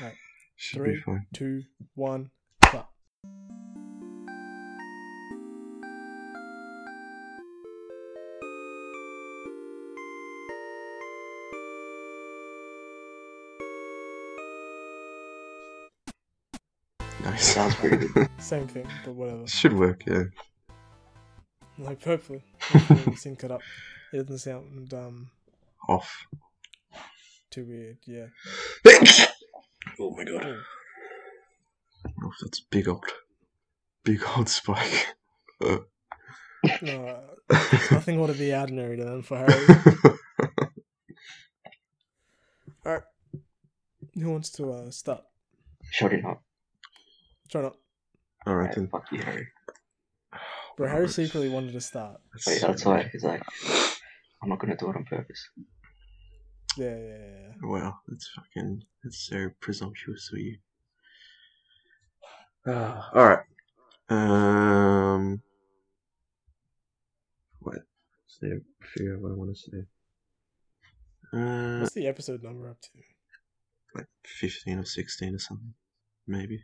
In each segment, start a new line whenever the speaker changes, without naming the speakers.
Right.
Should
Three.
be fine.
Two, one, clap.
Nice.
Sounds pretty good.
Same thing, but whatever.
Should work, yeah.
Like hopefully, hopefully we sync it up. It doesn't sound um
Off.
too weird. Yeah.
oh my god.
Ooh,
Off. Oh, That's big old, big old spike.
No, nothing ought to be ordinary to them for Harry.
I'll
All right. Who wants to uh, start?
Surely not.
Try not.
Alright then.
Fuck you, Harry.
But Harry secretly wanted to start.
Wait, that's why he's like, I'm not gonna do it on purpose.
Yeah, yeah, yeah.
Wow, uh, that's fucking that's so presumptuous of you. Ah, all right. Um, what? So figure out what I want to say.
yeah.
Uh,
What's the episode number up to?
like fifteen or sixteen or something, maybe.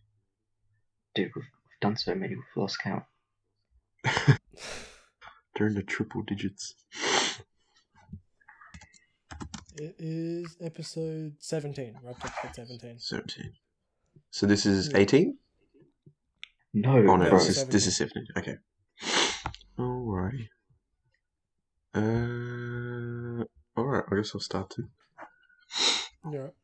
Dude, we've, we've done so many, we've lost count.
They're in the triple digits.
It is episode seventeen. We're up to episode seventeen.
Seventeen. So this is
Yeah.
eighteen.
No,
Oh
bro.
no, this is this
Seventeen.
is seventeen. Okay. Alrighty. Uh, all right. I guess I'll start to.
You're right.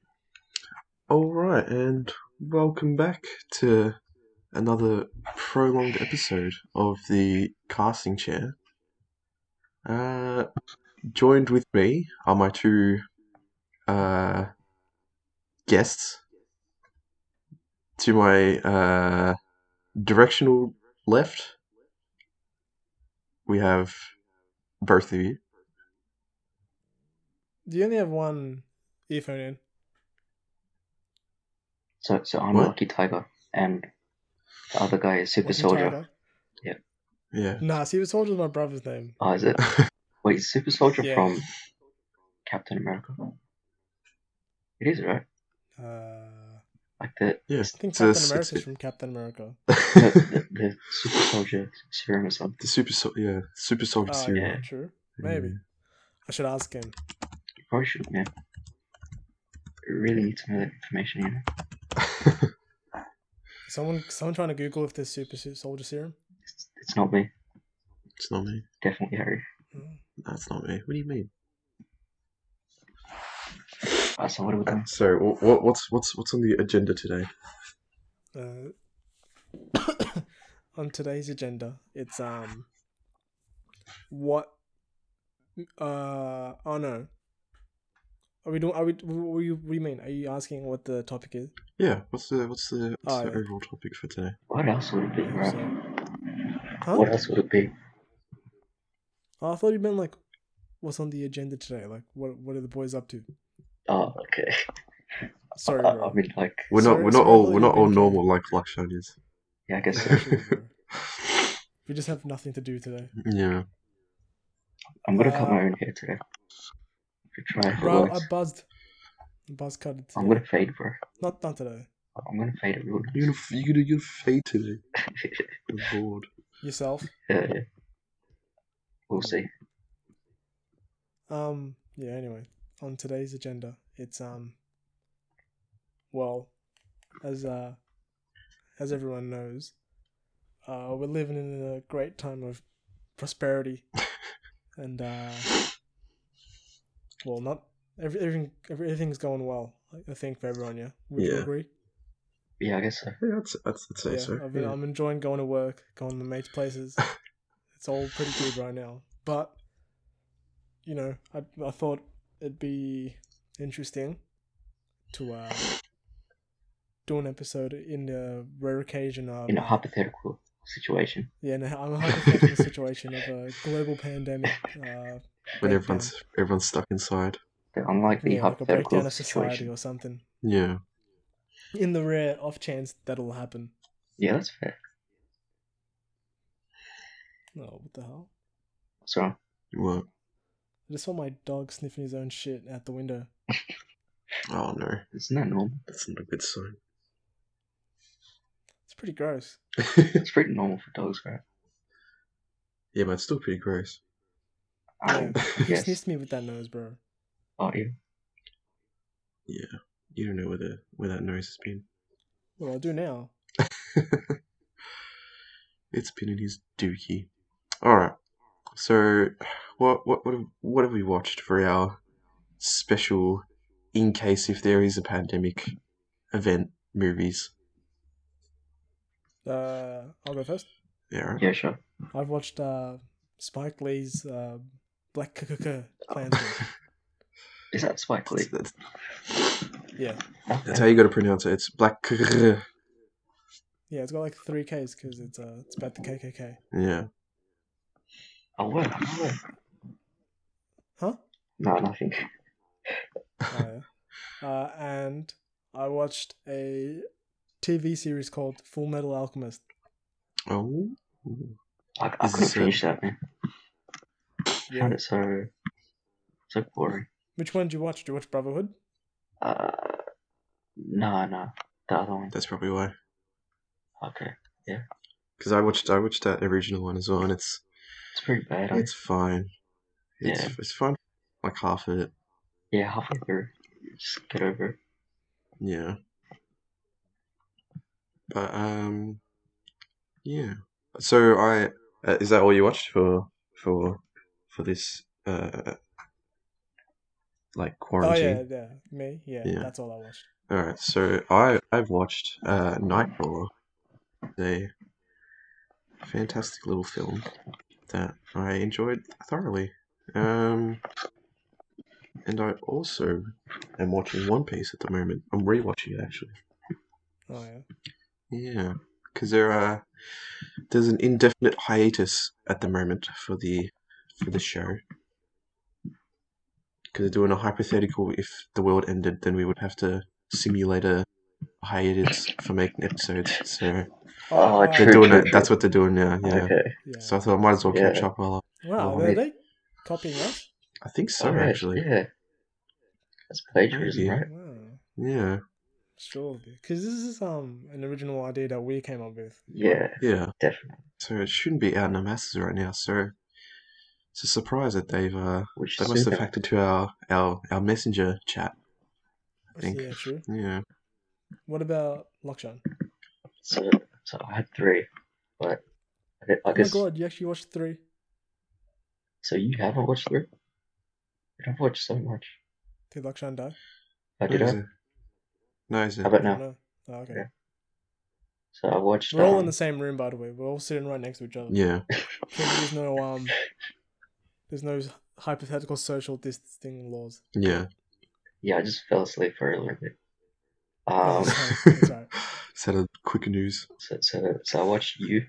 All right, and welcome back to another prolonged episode of the casting chair. Uh, joined with me are my two uh, guests. To my uh, directional left, we have both of you.
Do you only have one earphone in?
So, so I'm
What?
Lucky Tiger, and the other guy is Super
Lucky
Soldier.
Tiger.
Yeah.
Nah, Super Soldier's my brother's name.
Oh, is it? Wait, is Super Soldier
Yeah.
from Captain America? It is, right?
Uh,
Like the,
Yeah.
I think
so
Captain
it's-
America's
it's-
from Captain America.
the, the, the Super Soldier serum or something.
the super, sol- yeah, super soldier
Oh,
serum.
yeah, true. Maybe. I should ask him.
You probably should, yeah. Really need to know that information, you know?
Someone, someone trying to Google if there's Super Su- Soldier Serum.
It's, it's not me.
It's not me.
Definitely Harry.
Mm.
That's not me. What do you mean?
Alright, Ah, so what have we done?
So, what, what's what's what's on the agenda today?
Uh, on today's agenda, it's um, what? Uh, oh no. Are we doing? Are we? What do you, what do you mean? Are you asking what the topic is?
Yeah, what's the what's the, what's
Oh,
the
yeah.
overall topic for today?
What else would it be, right?
Huh?
What else would it be?
Oh, I thought you meant like, what's on the agenda today? Like, what what are the boys up to?
Oh, okay.
Sorry,
I, I
bro.
mean, like,
We're not
Sorry-
we're not
sorry,
all
I
we're not
thought you
all
meant-
normal like Lakshan is.
yeah, I guess so.
Sorry, bro. we just have nothing to do today.
Yeah,
I'm gonna cut
Uh,
my own hair today. To try it
Bro, I
once.
buzzed. Buzz cut it.
I'm gonna fade, bro.
Not not today.
I'm gonna fade it real
you're
nice.
gonna f- you're gonna you're fade today. I'm bored.
Yourself.
yeah, yeah. We'll see.
Um. Yeah. Anyway, on today's agenda, it's um. Well, as uh, as everyone knows, uh, we're living in a great time of prosperity, and uh, well, not every, everything everything's going well. I- I think for everyone, yeah. Would you
Yeah.
agree?
Yeah, I guess uh, so.
Yeah, that's that's I'd say
yeah.
so.
I've been,
yeah.
I'm enjoying going to work, going to mates' places. it's all pretty good right now. But, you know, I, I thought it'd be interesting to uh, do an episode in the rare occasion of.
In a hypothetical situation.
yeah, in a, I'm a hypothetical situation of a global pandemic. Uh,
When
breakdown.
everyone's everyone's stuck inside.
The unlikely
yeah, like a
hypothetical
breakdown of society
situation.
or something.
Yeah,
In the rare off chance that'll happen.
Yeah, that's fair.
Oh, what the hell?
What's wrong?
well,
I just saw my dog sniffing his own shit out the window.
Oh no,
Isn't that normal?
that's not a good sign.
It's pretty gross.
It's pretty normal for dogs, right?
yeah, but it's still pretty gross.
Ow.
You
yes.
Sniffed me with that nose, bro.
Oh, yeah.
You don't know where the where that nose has been.
Well, I do now.
It's been in his dookie. All right. So, what what what have, what have we watched for our special? In case if there is a pandemic, event movies.
Uh, I'll go first.
Yeah. Right?
Yeah, sure.
I've watched uh, Spike Lee's uh, Black Klansman. Klansman.
Is that Spike Lee?
That's, that's,
yeah,
that's how you got to pronounce it. It's black.
yeah. It's got like three Ks because it's uh, it's about the KKK.
Yeah.
Oh, well. oh, well.
Huh?
No, nothing.
Uh, uh, and I watched a TV series called Full Metal Alchemist.
Oh.
I, I
Is
couldn't
this a-
finish that, man. I
Yeah.
found it so, so boring.
Which one did you watch? Did you watch Brotherhood?
Uh, no, no. The other one.
That's probably why.
Okay.
Because I watched I watched that original one as well, and it's
It's pretty bad. I,
it's fine. It's
Yeah.
it's fine. Like half of it.
yeah, halfway through. Just get over it.
Yeah. But um, yeah. So I uh, is that all you watched for for for this uh like
Oh
quarantine?
yeah, yeah. Me, yeah,
Yeah.
That's all I watched.
All right, so I I've watched uh, Nightcrawler, a fantastic little film that I enjoyed thoroughly. Um, and I also am watching One Piece at the moment. I'm rewatching it actually.
Oh yeah.
Yeah, because there are there's an indefinite hiatus at the moment for the for the show. Because they're doing a hypothetical: if the world ended, then we would have to simulate a hiatus for making episodes. So
Oh,
wow.
they're
True,
doing
true,
it. That's what they're doing now. Yeah.
Okay.
Yeah.
So I thought I might as well catch
Yeah.
up while
wow,
Oh,
are
wait.
they copying us?
I think so.
Alright,
Actually,
Yeah. That's plagiarism,
Maybe.
right?
Wow.
yeah,
Sure, because this is um an original idea that we came up with.
Yeah,
yeah.
definitely.
So it shouldn't be out in the masses right now. So it's a surprise that they've uh,
Which
they
is
must have
super.
hacked into our our our messenger chat. I think.
Yeah, true.
Yeah.
What about Lockshine?
So, so I had three, but I, gu- I
Oh my
guess.
god, you actually watched three.
So you haven't watched three? But I've watched so much.
Did Lockshine die?
I did.
No,
I?
he's a- No, he's a-
How about
I don't
now?
know. Oh, okay.
Yeah. So I watched.
We're all
um,
in the same room, by the way. We're all sitting right next to each other.
Yeah.
There's no um, there's no hypothetical social distancing laws.
Yeah.
Yeah, I just fell asleep for a little bit.
No,
Um,
it's fine, it's alright.
Set of quick news.
so, so, so I watched you,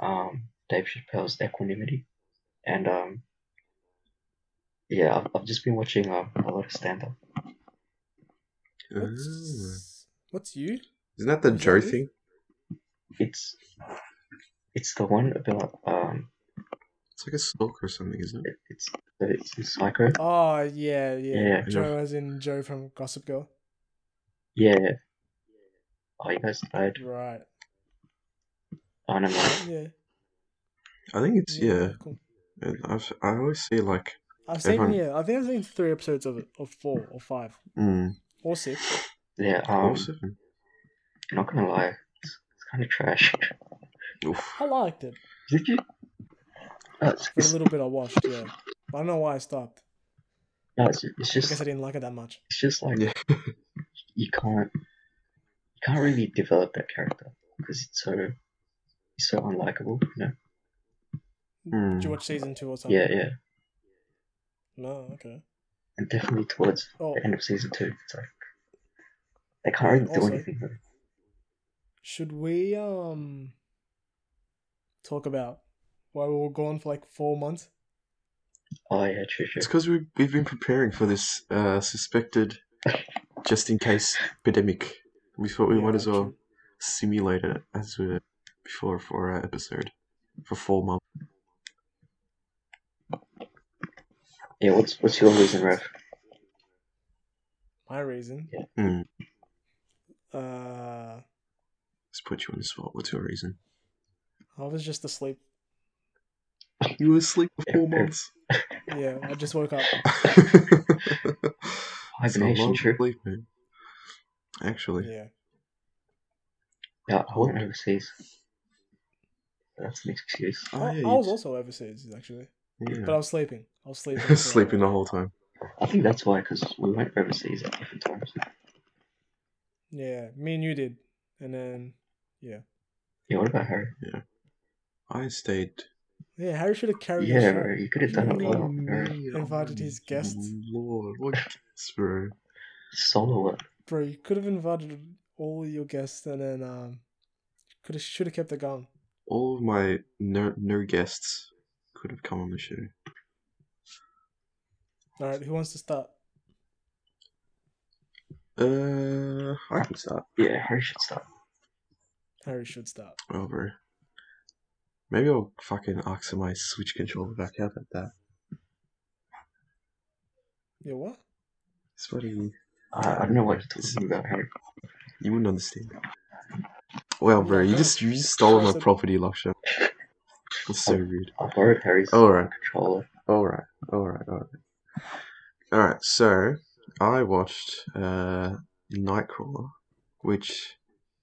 um, Dave Chappelle's Equanimity, and um, yeah, I've, I've just been watching um, a lot of stand up.
Oh. Isn't
What's, what's you?
that the
Is that
Joe
it?
thing?
It's it's the one about um
It's like a stalk or something, isn't it?
it- it's it's in Psycho.
Oh yeah, yeah.
Yeah.
Joe, as in Joe from Gossip Girl.
Yeah. Oh, you guys died.
Right.
Oh, never mind.
Yeah.
I think it's yeah.
Cool.
And I've I always see like
I've seen
Everyone-
yeah. I think I've seen three episodes of it, of four or five
mm,
or six.
Yeah. Um,
all seven.
not gonna lie, it's, it's kind of trash.
Oof.
I liked it
Did you? No, it's,
for a
it's,
little bit. I watched yeah. I don't know why I stopped.
no, it's, it's
I guess
just
I didn't like it that much.
it's just like
Yeah.
you can't you can't really develop that character because it's so he's so unlikable. You know?
Did you
Mm.
watch season two or something?
Yeah, yeah,
No. Okay.
and definitely towards
Oh,
the end of season two, it's like they can't really do
Also-
anything. With it.
should we um talk about why we were gone for like four months?
Oh yeah, true, true.
It's because we we've been preparing for this uh, suspected just in case epidemic. We thought we
Yeah,
might as well
true.
simulate it as we before for our episode for four months.
Yeah, what's what's your reason, Rev?
my reason.
Hmm.
Uh,
Let's put you on the spot. What's your reason?
I was just asleep.
You were asleep for four
Yeah.
months.
Yeah, I just woke up.
It's a
Hibernation
long
trip.
sleep, man. Actually,
Yeah,
Yeah, I wasn't overseas. That's an excuse.
oh,
I,
yeah,
I
you
was
d-
also overseas actually,
yeah.
but I was sleeping. I was sleeping. for-
sleeping the whole time.
I think that's why, because we went overseas at different times.
Yeah, me and you did, and then yeah,
Yeah, what about her?
I stayed.
yeah. Harry Mm. should have carried.
Yeah,
Yeah,
bro, you could have done a lot. Bro.
Invited
Oh,
his guests.
Lord, what guests, bro?
Solo it.
bro. You could have invited all your guests, and then um, could have should have kept it going.
All of my no no guests could have come on the show.
All right, who wants to start?
Uh, I can start.
Yeah, Harry should start.
Harry should start.
Well, Oh, bro. Maybe I'll fucking ask my Switch controller back out at that.
Yeah, what?
It's funny.
I, I don't know what you're talking about, Harry.
You wouldn't understand. Well, bro, you just you just stole my property, Lusha. That's so rude.
I borrowed Harry's
Alright,
controller.
alright, alright, alright. Alright, so I watched uh, Nightcrawler, which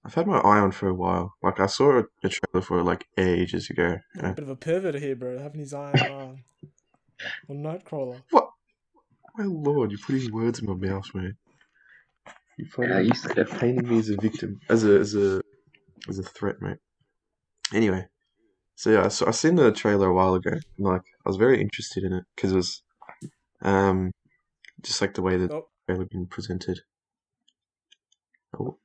I've had my eye on for a while. Like, I saw a, a trailer for it like ages ago. and
A
I-
bit of a pivot here, bro. Having his eye on, um, on Nightcrawler.
my lord, you're putting words in my mouth, man. You
Yeah, I
fucking
used to have
painting me as a victim, as a as a as a threat, mate. Anyway, so yeah, so I seen the trailer a while ago. And, like, I was very interested in it because it was, um, just like the way the
Oh.
trailer been presented. Oh.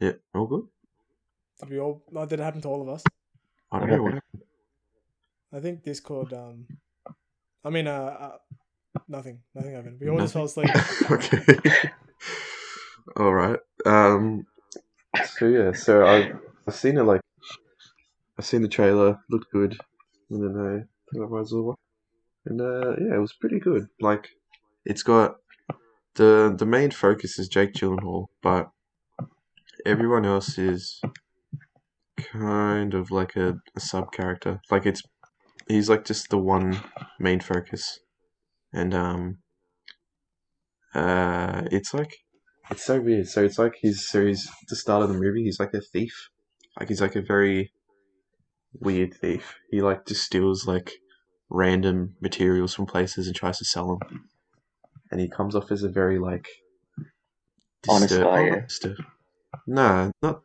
Yeah, all good.
Did we all? No, did it happen to all of us?
I don't
What
know what happened.
I think Discord. Um, I mean, uh, uh nothing, nothing happened. We all just fell asleep.
okay. all right. Um. So yeah, so I I've seen it like I've seen the trailer, looked good, and then I think I might as well watch. And uh, yeah, it was pretty good. Like, it's got the the main focus is Jake Gyllenhaal, but everyone else is kind of like a, a sub character. Like it's he's like just the one main focus, and um, uh, it's like it's so weird. So it's like he's so he's at the start of the movie. He's like a thief. Like he's like a very weird thief. He like just steals like random materials from places and tries to sell them. And he comes off as a very like
Honest
disturb-
guy,
oh,
yeah.
not disturb- No, not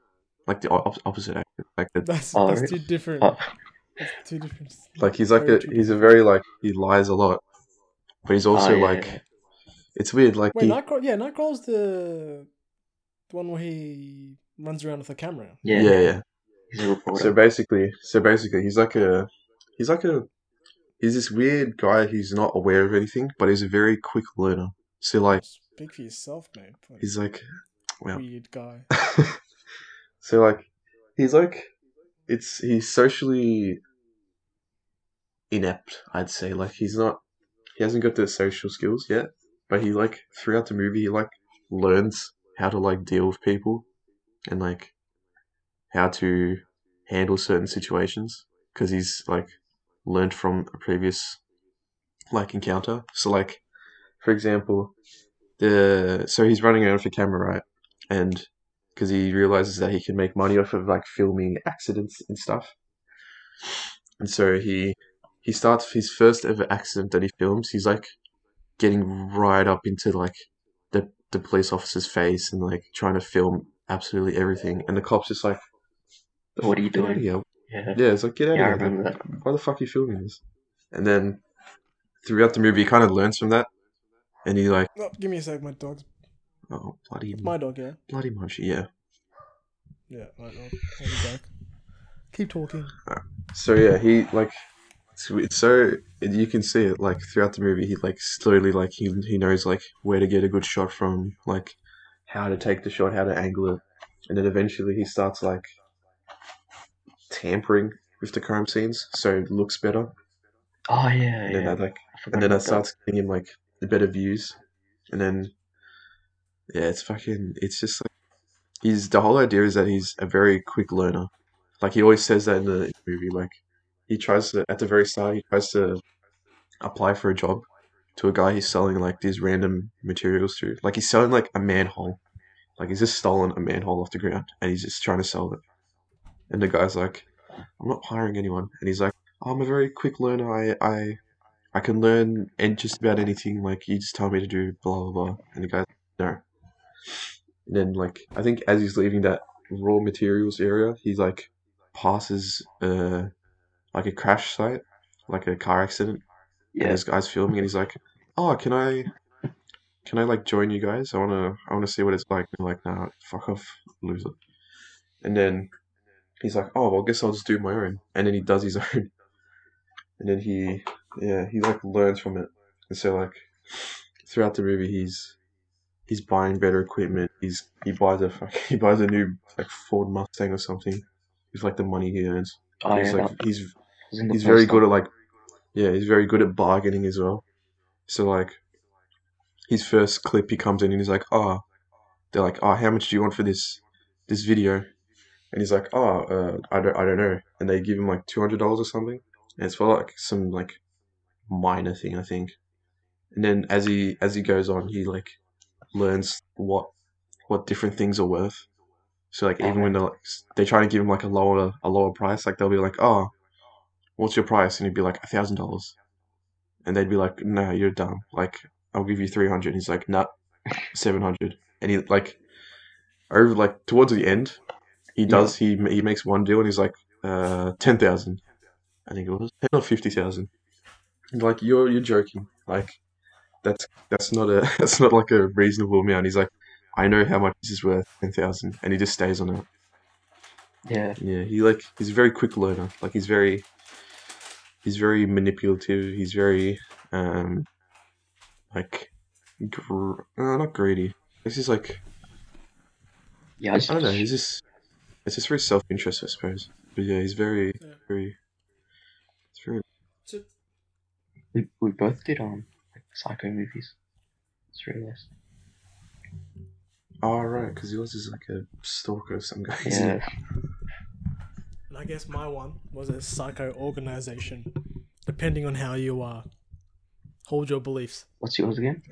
like the op- opposite. Actor. Like the,
That's,
Oh,
that's
really?
two different.
Oh,
That's two different.
like he's like a
very two
he's a
different-
very like he lies a lot, but he's also
oh, yeah,
like it's weird. Like
Wait,
he,
Nightcrawler. Yeah, Nightcrawler's the the one where he runs around with a camera.
yeah,
yeah, yeah.
He's a reporter.
So basically, so basically, he's like a, he's like a, he's this weird guy who's not aware of anything, but he's a very quick learner. So like,
Speak for yourself, mate. Like,
he's uh, like, well,
weird guy.
so like, he's like, it's he's socially inept, I'd say. Like he's not, he hasn't got the social skills yet, but he like throughout the movie he like learns how to like deal with people, and like how to handle certain situations because he's like learned from a previous like encounter. So like for example, the so he's running around for camera right, and because he realizes that he can make money off of like filming accidents and stuff, and so he he starts his first ever accident that he films. He's like getting right up into like the the police officer's face and like trying to film absolutely everything, and the cops just like. "The
What are you
fuck, get out of
doing?"
here."
yeah.
Yeah, it's like get out
yeah, I
of here.
remember that.
Why the fuck are you filming this? And then throughout the movie, he kind of learns from that, and he like,
Oh, give me a sec. My dog's
oh bloody,
my dog. Yeah,
bloody munchie, yeah.
yeah. Right, I'll, I'll be back. Keep talking.
So yeah, he like, it's, it's so and you can see it like throughout the movie. He like slowly like he he knows like where to get a good shot from, like how to take the shot, how to angle it, and then eventually he starts like tampering with the crime scenes so it looks better,
Oh, yeah,
and then
yeah.
that like
I forgot
and then
about
that starts getting him like the better views, and then yeah, it's fucking. It's just like he's the whole idea is that he's a very quick learner. Like he always says that in the movie. Like he tries to at the very start he tries to apply for a job to a guy he's selling like these random materials to. Like he's selling like a manhole. Like he's just stolen a manhole off the ground and he's just trying to sell it. And the guy's like, I'm not hiring anyone. And he's like, I'm a very quick learner. I I I can learn and just about anything. Like you just tell me to do blah blah blah. And the guy's like, no. And then like I think as he's leaving that raw materials area, he like passes uh like a crash site, like a car accident and
Yeah.
this guy's filming and he's like, "Oh, can I, can I like join you guys? I wanna, I wanna see what it's like." And they're like, "Nah, fuck off, loser." And then he's like, "Oh, well, I guess I'll just do my own." And then he does his own, and then he, yeah, he like learns from it. And so like throughout the movie, he's he's buying better equipment. He's he buys a fuck, he buys a new like Ford Mustang or something with like the money he earns.
Oh, yeah,
he's
that
like he's
was in the
he's
first
very
one.
good at like yeah he's very good at bargaining as well so like his first clip he comes in and he's like oh they're like oh how much do you want for this this video and he's like oh uh, I, don't, I don't know and they give him like $200 or something and it's for like some like minor thing i think and then as he as he goes on he like learns what what different things are worth so like even when they're like, s- they try to give him like a lower a lower price like they'll be like oh what's your price? And he'd be like, a thousand dollars. And they'd be like, no, you're dumb. Like, I'll give you 300. And he's like, nah, 700. And he, like, over, like, towards the end, he does, he, he makes one deal and he's like, uh, 10,000. I think it was 10 or 50,000. And like, you're, you're joking. Like, that's, that's not a, that's not like a reasonable amount. He's like, I know how much this is worth, 10,000. And he just stays on it.
Yeah.
Yeah, he like he's a very quick learner. Like he's very he's very manipulative. He's very um like gr- uh, not greedy. It's just like
Yeah. I, just,
I don't know. He's just it's just very self interest, I suppose. But yeah, he's very
Yeah.
very. It's very
So,
We, we both did um like psycho movies. It's really nice.
oh right because yours is like a stalker of some guy. isn't it?
Yeah.
and I guess my one was a psycho organization, depending on how you are. Hold your beliefs.
What's yours again?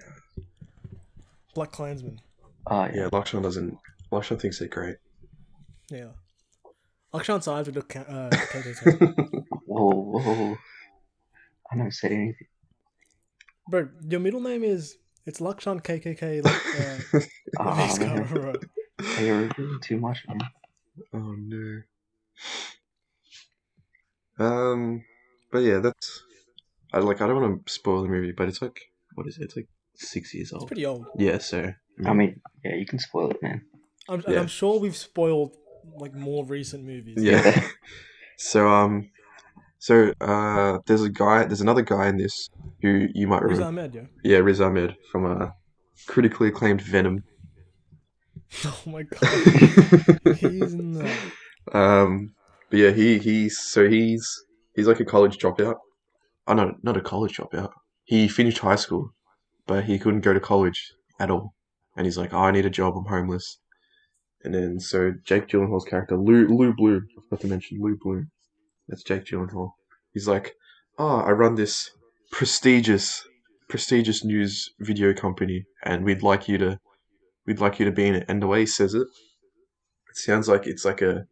Black Klansman.
Uh, yeah.
Yeah, Lakshman doesn't. Lakshman thinks they're great.
Yeah. Akshan sides with the ca- uh, potatoes. huh?
Whoa, whoa, whoa. I never said anything.
Bro, your middle name is. It's Lakshan KKK. Like, uh,
Ah, man.
Viscara.
Hey, You're revealing too much, man.
Oh no. Um, but yeah, that's. I like. I don't want to spoil the movie, but it's like what is it? It's like six years
It's
old.
pretty old.
Yeah, so
I mean, yeah, you can spoil it, man.
I'm, and
Yeah.
I'm sure we've spoiled like more recent movies.
yeah. so um, so uh, there's a guy. There's another guy in this who you might
Riz
remember.
Ahmed, yeah.
Yeah, Riz Ahmed from a critically acclaimed Venom.
Oh my god, he's in the
Um, but yeah, he he's so he's he's like a college dropout. Oh no, not a college dropout. He finished high school, but he couldn't go to college at all. And he's like, oh, I need a job. I'm homeless. And then so Jake Gyllenhaal's character, Lou Lou Blue, I forgot to mention Lou Blue. That's Jake Gyllenhaal. He's like, oh, I run this prestigious prestigious news video company, and we'd like you to we'd like you to be in it. And the way he says it, it sounds like it's like a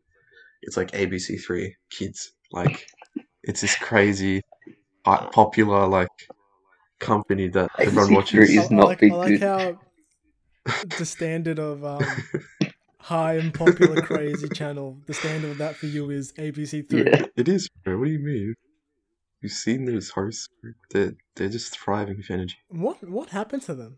it's like ABC Three Kids. Like it's this crazy, uh, popular like company that everyone
ABC3
watches.
He's
I, I
not
like,
big
I like
good.
how the standard of um, high and popular crazy channel, the standard of that for you is ABC Three.
Yeah.
It is, bro. What do you mean? You've seen those hosts. bro. They're they're just thriving with energy.
What what happened to them?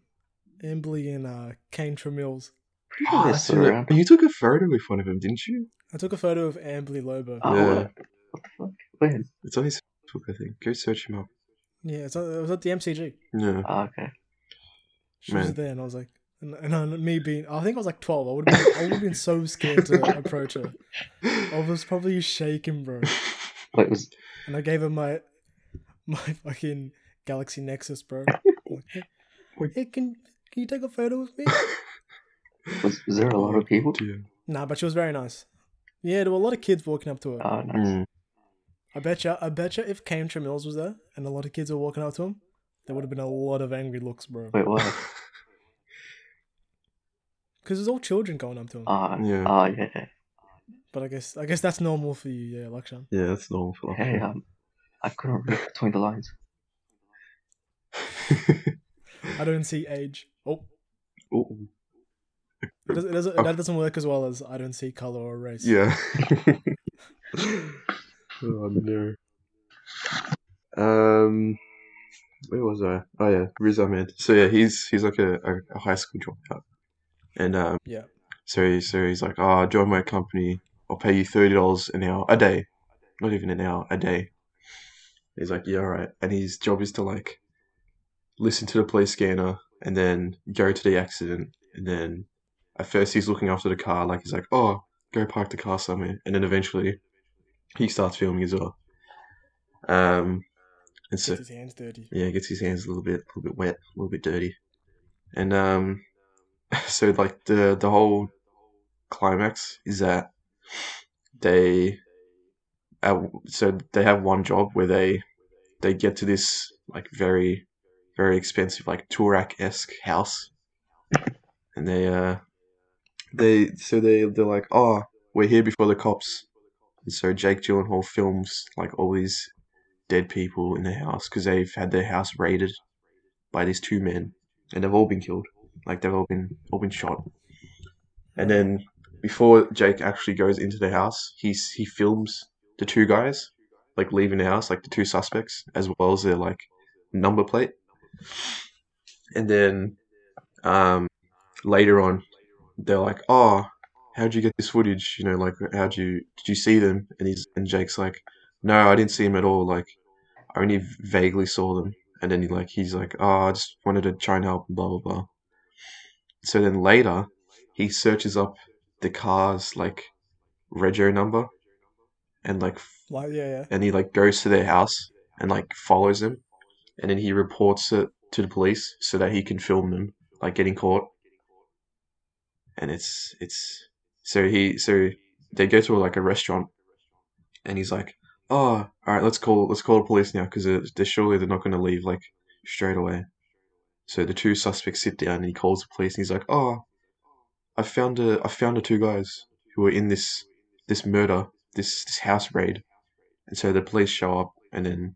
Embley and uh, Kane Tremills.
Pretty sure they're
that's
still
right.
around.
You took a photo with one of them, didn't you?
I took a photo of Amberly Lobo.
Oh,
yeah.
what? what the fuck? When?
It's on his Facebook, I think. Go search him up.
Yeah, it's, it was at the MCG.
Yeah.
Ah, okay.
She was
Man.
there, and I was like, and, and I- me being, I think I was like twelve. I would have been, I would have been so scared to approach her.
Oh.
I was probably shaking, bro.
Wait, was
And I gave her my my fucking Galaxy Nexus, bro. Like,
Wait.
hey, can can you take a photo with me?
Was, was there a lot of people?
Dear.
nah, but she was very nice. Yeah, there were a lot of kids walking up to her.
Uh, nice.
Mm.
I bet you, I bet you, if Cam Mills was there and a lot of kids were walking up to him, there would have been a lot of angry looks, bro.
Wait, what?
Because it's all children going up to him.
Uh,
Yeah.
uh, yeah. yeah.
But I guess, I guess that's normal for you, yeah, Lakshan.
Yeah, that's normal for
Hey, um, I couldn't read between the lines.
I don't see age. Oh,
Ooh.
it doesn't, it doesn't, that doesn't work as well as I don't see color or race.
Yeah. oh no. Um, where was I? Oh yeah, Riz Ahmed. So yeah, he's he's like a, a, a high school dropout, and um,
Yeah.
so he, so he's like, oh, join my company. I'll pay you thirty dollars an hour a day, not even an hour a day. He's like, yeah, all right. And his job is to like listen to the police scanner and then go to the accident. And then at first he's looking after the car, like he's like, oh, go park the car somewhere. And then eventually he starts filming as well. Um, and so
Gets his hands dirty.
yeah, gets his hands a little bit, a little bit wet, a little bit dirty, and um, so like the the whole climax is that they, at, so they have one job where they they get to this like very very expensive like Turak esque house, and they uh they so they they're like oh we're here before the cops, and so Jake Gyllenhaal films like all these dead people in the house because they've had their house raided by these two men, and they've all been killed. Like they've all been all been shot. And then before Jake actually goes into the house, he's he films the two guys like leaving the house, like the two suspects, as well as their like number plate. And then um, later on, they're like, "Oh, how'd you get this footage? You know, like how'd you did you see them?" And he's and Jake's like, no, I didn't see him at all. Like, I only vaguely saw them. And then he like he's like, oh, I just wanted to try and help, blah blah blah. So then later, he searches up the car's like rego number, and like f-
Like, yeah, yeah.
and he like goes to their house and like follows them, and then he reports it to the police so that he can film them like getting caught. And it's it's so he so they go to like a restaurant, and he's like, "Oh, all right, let's call let's call the police now because they're, they're surely they're not going to leave like straight away." So the two suspects sit down, and he calls the police, and he's like, "Oh, I found a I found the two guys who were in this this murder this this house raid." And so the police show up, and then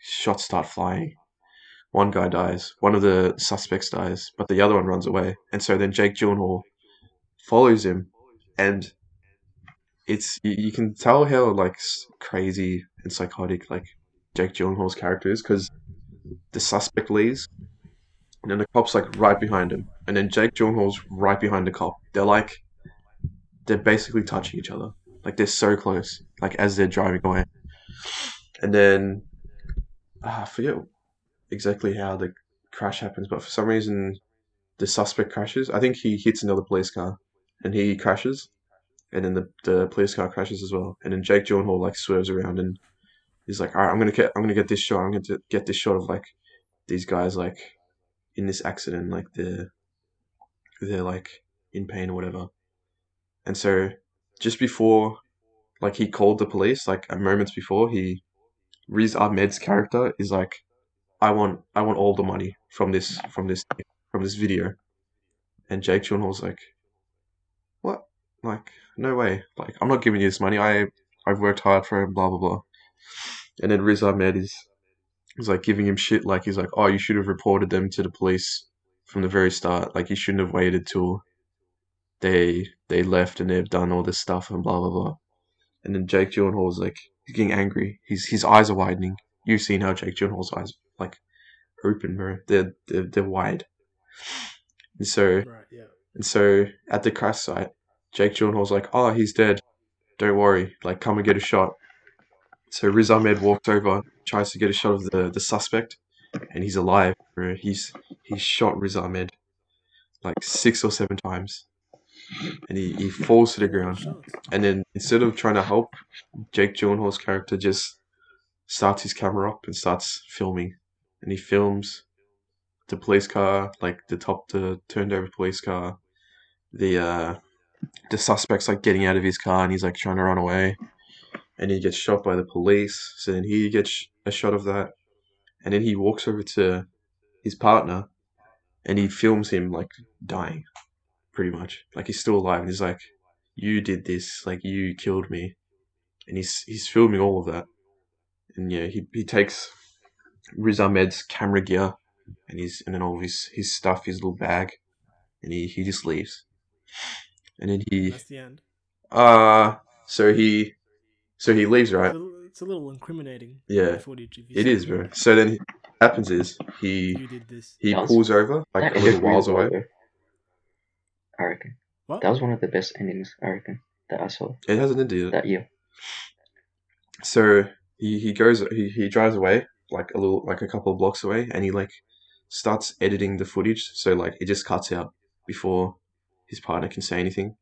shots start flying. One guy dies, one of the suspects dies, but the other one runs away. And so then Jake Gyllenhaal follows him, and it's you, you can tell how like s- crazy and psychotic like Jake Gyllenhaal's character is because the suspect leaves, and then the cop's like right behind him, and then Jake Gyllenhaal's right behind the cop. They're like they're basically touching each other, like they're so close, like as they're driving away, and then ah, I forget exactly how the crash happens, but for some reason the suspect crashes. I think he hits another police car, and he crashes and then the, the police car crashes as well. And then Jake Gyllenhaal like swerves around and he's like, "All right, I'm gonna get, I'm gonna get this shot. I'm gonna get this shot of like these guys like in this accident, like they're they're like in pain or whatever." And so just before, like he called the police, like a moments before, he Riz Ahmed's character is like, "I want, I want all the money from this, from this, from this video," and Jake Gyllenhaal's like, "What?" Like, no way. Like, I'm not giving you this money. I I've worked hard for it. Blah blah blah. And then Riz Ahmed is is like giving him shit. Like he's like, oh, you should have reported them to the police from the very start. Like you shouldn't have waited till they they left and they've done all this stuff and blah blah blah. And then Jake Gyllenhaal is like he's getting angry. His his eyes are widening. You've seen how Jake Gyllenhaal's eyes like open, bro. They're they're, they're wide. And so
Right, yeah.
and so at the crash site, Jake Gyllenhaal's like, "Oh, he's dead. Don't worry. Like, come and get a shot." So Riz Ahmed walks over, tries to get a shot of the, the suspect, and he's alive. bro. He's he's shot Riz Ahmed like six or seven times, and he, he falls to the ground.
Shots.
And then instead of trying to help, Jake Gyllenhaal's character just starts his camera up and starts filming, and he films the police car, like the top, the turned over police car, the uh, the suspect's like getting out of his car and he's like trying to run away, and he gets shot by the police. So then he gets sh- a shot of that, and then he walks over to his partner, and he films him like dying, pretty much. Like he's still alive, and he's like, "You did this. Like you killed me," and he's he's filming all of that, and yeah, he he takes Riz Ahmed's camera gear and his and then all of his his stuff, his little bag, and he he just leaves. And then he
That's the end.
uh so he so he leaves
It's
right.
a, little- it's a little incriminating.
Yeah,
Footage. If you
It
see
is, bro. So then he, what happens is he
You did this.
he
That was-
pulls over like
That
a little
ended really
whiles
well,
away.
though. I reckon
What?
that was one of the best endings I reckon that I saw
It hasn't ended. yet.
that year.
So he he goes he he drives away like a little like a couple of blocks away, and he like starts editing the footage. So like it just cuts out before his partner can say anything.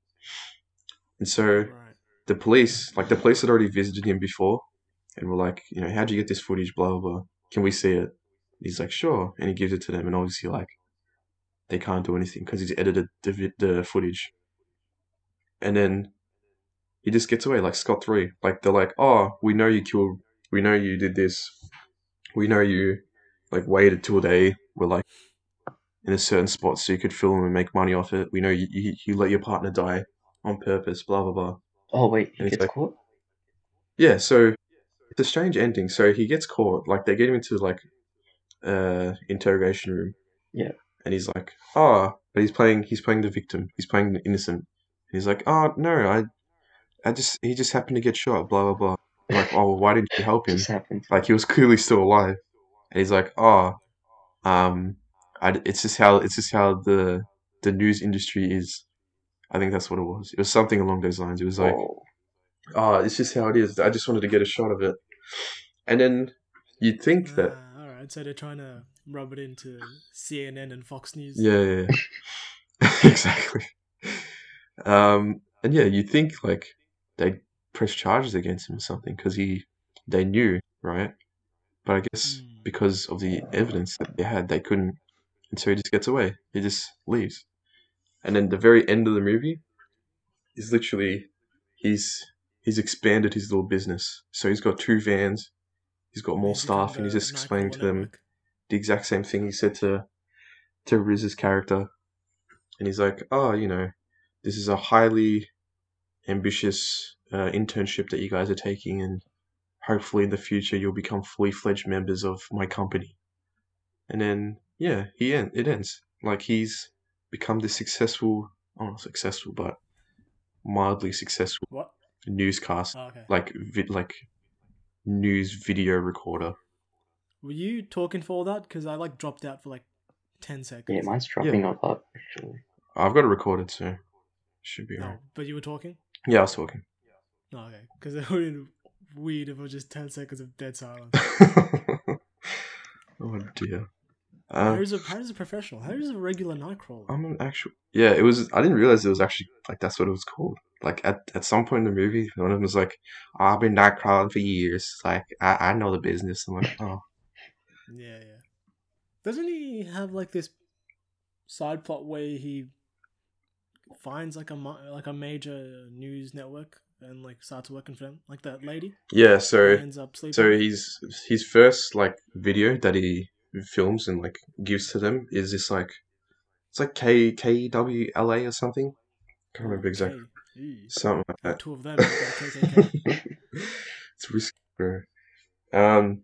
And so
Right.
the police, like the police had already visited him before and were like, you know, how'd you get this footage? Blah, blah, blah. Can we see it? He's like, sure. And he gives it to them. And obviously, like, they can't do anything because he's edited the, vi- the footage. And then he just gets away, like Scott 3. Like, they're like, oh, we know you killed, we know you did this. We know you, like, waited till they were, like, in a certain spot so you could film and make money off it. We know you, you, you let your partner die on purpose, blah, blah, blah.
Oh wait, he
And it's
gets
like-
caught.
Yeah, so it's a strange ending. So he gets caught, like they get him into like uh interrogation room.
Yeah.
And he's like, Oh but he's playing he's playing the victim. He's playing the innocent. He's like, Oh no, I I just he just happened to get shot, blah blah blah. I'm like, oh well, why didn't you help him?
This happened.
Like he was clearly still alive. And he's like, Oh um I, it's just how it's just how the the news industry is. I think that's what it was. It was something along those lines. It was like
oh,
oh, it's just how it is. I just wanted to get a shot of it. And then you'd think that,
Ah, all right. So they're trying to rub it into CNN and Fox News.
yeah, yeah, yeah. exactly. Um, and yeah, you'd think like they'd press charges against him or something because he, they knew, right? But I guess
Hmm.
because of the evidence that they had, they couldn't, and so he just gets away. He just leaves. And then the very end of the movie is literally he's he's expanded his little business. So he's got two vans, he's got more
He's become
staff, and he's
the
just
Nightcrawler
explaining to them
network.
the exact same thing he said to to Riz's character, and he's like, "Oh, you know, this is a highly ambitious uh, internship that you guys are taking, and hopefully in the future you'll become fully fledged members of my company." And then, yeah, he end, it ends like he's become this successful, oh, not successful, but mildly successful
What?
newscast,
Oh, okay.
like vi- like news video recorder.
Were you talking for all that? Because I like dropped out for like ten seconds.
yeah, mine's dropping a lot actually.
I've got it recorded, so should be
No,
alright.
Oh, but you were talking.
Yeah, I was talking.
No, okay. Because it would have been weird if it was just ten seconds of dead silence.
oh dear.
How
Uh,
is a how is a professional? How is a regular nightcrawler?
I'm an actual. Yeah, it was. I didn't realize it was actually like that's what it was called. Like at, at some point in the movie, one of them was like, "Oh, "I've been night crawling for years. Like I, I know the business." I'm like, "Oh,
Yeah, yeah. Doesn't he have like this side plot where he finds like a mi- like a major news network and like starts working for them, like that lady
yeah."
who
So
ends up sleeping.
so he's his first like video that he films and like gives to them is this like it's like K K W L A or something. Can't remember exactly.
Okay. Ew.
Something like that.
Have Two of them. KKK.
it's risky, bro. Um,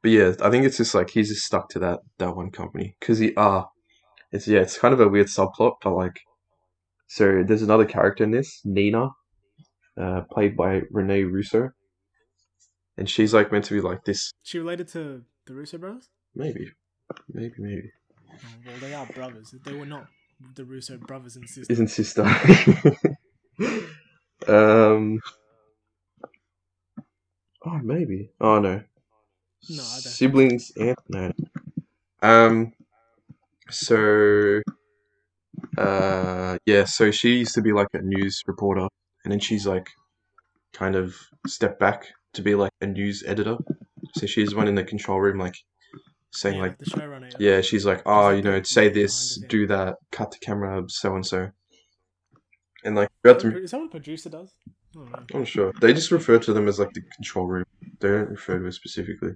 but yeah, I think it's just like he's just stuck to that that one company because he ah, it's yeah, it's kind of a weird subplot, but like, so there's another character in this, Nina, uh, played by Renee Russo, and she's like meant to be like this,
She related to the Russo brothers.
maybe, maybe, maybe,
Oh, well, they are brothers. They were not the Russo brothers and sisters.
isn't sister. um, oh maybe, oh no,
No, I don't.
siblings and no. Um. So. Uh. Yeah. So she used to be like a news reporter, and then she's like, kind of stepped back to be like a news editor. So she's one in the control room, like saying
yeah,
like,
the showrunner.
yeah, she's like, oh,
like
you
the-
know, say
the behind
this,
the scenes.
do that, cut the camera, so and so, and like throughout the
Is that what a producer does? I don't know.
I'm sure. They just refer to them as like the control room. They don't refer to it specifically.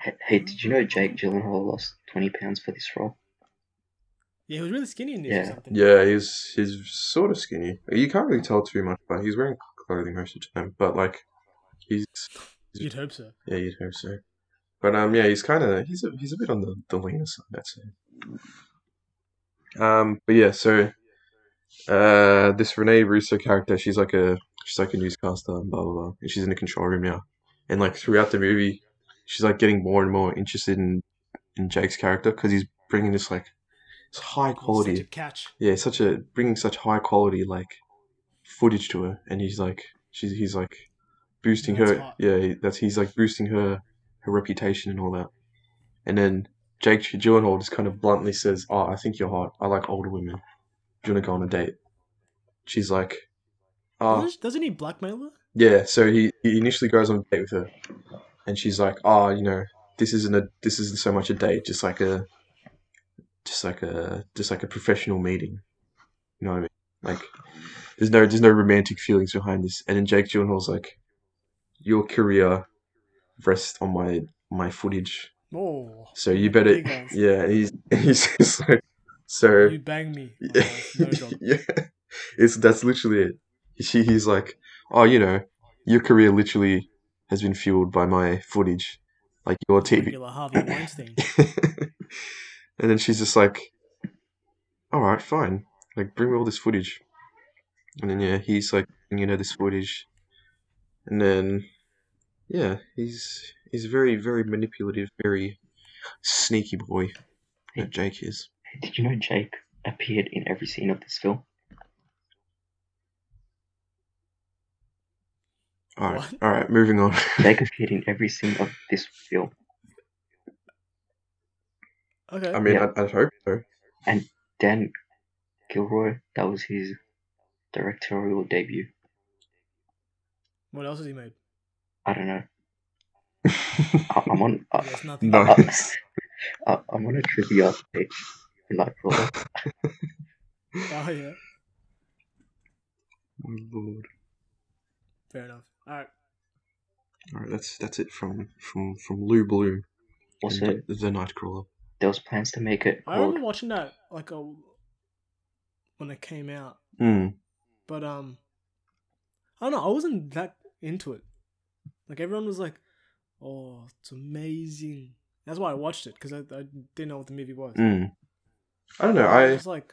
Hey, hey, did you know Jake Gyllenhaal lost 20 pounds for this role?
Yeah, he was really skinny in this or
Yeah.
something.
Yeah, he's he's sort of skinny. You can't really tell too much, but he's wearing clothing most of the time. But like, he's
You'd hope so.
yeah, you'd hope so. But um, yeah, he's kind of he's a he's a bit on the the leaner side, I'd say. Um, but yeah, so uh, this Renee Russo character, she's like a she's like a newscaster, and blah blah blah, and she's in the control room now. And like throughout the movie, she's like getting more and more interested in in Jake's character because he's bringing this like this high
He's
quality
Such a catch.
yeah, it's such a bringing such high quality like footage to her, and he's like she's he's like boosting
That's
her
hot.
yeah he- that's he's like boosting her her reputation and all that, and then Jake Gyllenhaal just kind of bluntly says, "Oh, I think you're hot. I like older women. Do you want to go on a date?" She's like, "Oh,
Doesn't, doesn't he blackmail her?
yeah, so he, he initially goes on a date with her, and she's like, "Oh, you know, this isn't a this isn't so much a date, just like a, just like a just like a professional meeting." You know what I mean? Like, there's no there's no romantic feelings behind this. And then Jake Gyllenhaal's like, "Your career rests on my my footage,
Oh.
so you better."
Big ones.
Yeah, and he's and he's just like, "So
You bang me. my
yeah.
ass, No job.
yeah. It's that's literally it. She he's like, Oh, you know, your career literally has been fueled by my footage. Like your TV
Regular Harvey Weinstein.
And then she's just like Alright, fine. Like bring me all this footage. And then yeah, he's like you know this footage. And then yeah, he's he's very, very manipulative, very sneaky boy that Jake is.
Hey, did you know Jake appeared in every scene of this film?
Alright,
What?
alright, moving on.
Jake appeared in every scene of this film.
Okay.
I mean
Yeah.
I, I hope so.
Dan Gilroy, that was his directorial debut.
what else has he made?
I don't know. I, I'm on.
uh,
I,
There's nothing.
Nice.
I, I'm on a trivia page. Like, well,
Oh yeah.
My Oh, lord.
Fair enough. All right.
All right, that's that's it from from from Lou Bloom and
also,
the, the Nightcrawler.
there was plans to make it
I
called.
remember watching that like a, when it came out,
Mm.
but um, I don't know. I wasn't that into it. Like everyone was like, "Oh, it's amazing." That's why I watched it because I, I didn't know what the movie was.
Mm. I don't know.
I
I
was like,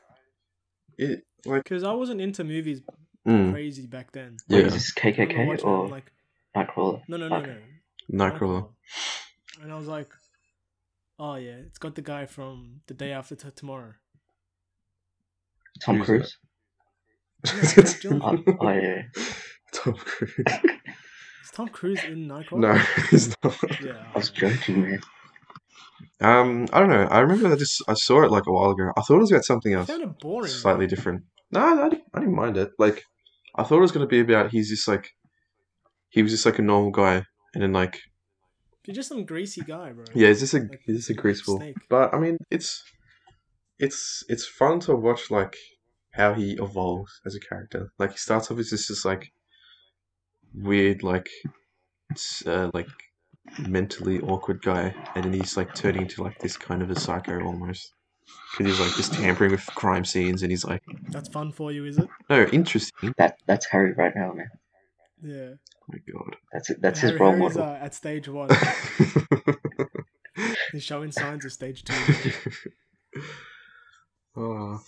it like
because I wasn't into movies
mm,
crazy back then.
Wait,
yeah
is this
I remember
KKK
watching it, I'm
or
like,
Nightcrawler?
no, no, no, no.
Okay.
Nightcrawler.
And I was like, oh yeah, it's got the guy from The Day After T- Tomorrow.
Tom
Who's
Cruise?
Uh,
Oh, oh,
Tom
yeah.
Cruise.
Is Tom Cruise in Nightcrawler?
No, he's not.
Yeah.
I was joking, man.
Um, I don't know. I remember I just I saw it like a while ago. I thought it was about something
I
else,
found it boring.
slightly different. No, I didn't, I didn't mind it. Like I thought it was gonna be about he's just like he was just like a normal guy, and then like
You're just some greasy guy, bro.
Yeah, is this a
Like,
is this a greaseball?
snake.
But I mean, it's it's it's fun to watch like how he evolves as a character. Like he starts off as just this like weird like s- uh, like mentally awkward guy, and then he's like turning into like this kind of a psycho almost because he's like just tampering with crime scenes, and he's like
That's fun for you, is it?
no interesting.
That that's Harry right now, man.
Yeah.
Oh my god.
That's it. That's his
Harry-
role
Harry's,
model.
uh, at stage one. He's showing signs of stage two.
oh.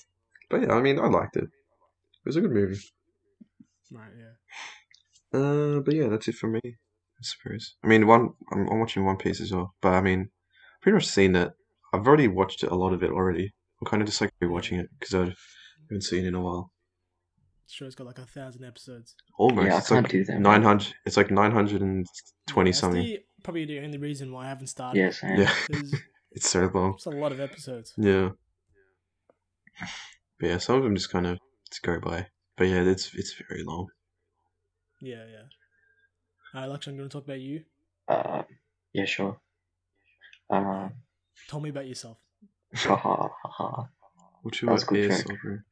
But yeah, I mean, I liked it. It was a good movie.
Right, yeah.
Uh, but yeah, that's it for me. I suppose. I mean, one I'm, I'm watching One Piece as well, but I mean, pretty much seen it. I've already watched it, a lot of it already. I'm kind of just like rewatching it because I haven't seen it in a while.
Show's got like a thousand episodes.
Almost.
Yeah, I
it's
can't
like
do that.
nine hundred. It's like nine hundred and twenty
That's
something.
the- probably the only reason why I haven't started.
Yes, man.
Yeah,
There's
it's so long.
it's a lot of episodes.
Yeah. But yeah, some of them just kind of just go by. But yeah, it's it's very long.
Yeah, yeah. All right, Lakshman, you want to talk about you?
Uh, yeah, sure. Uh,
Tell me about yourself.
haha, haha.
What's
That
your
was a good
air
joke.
sovereign?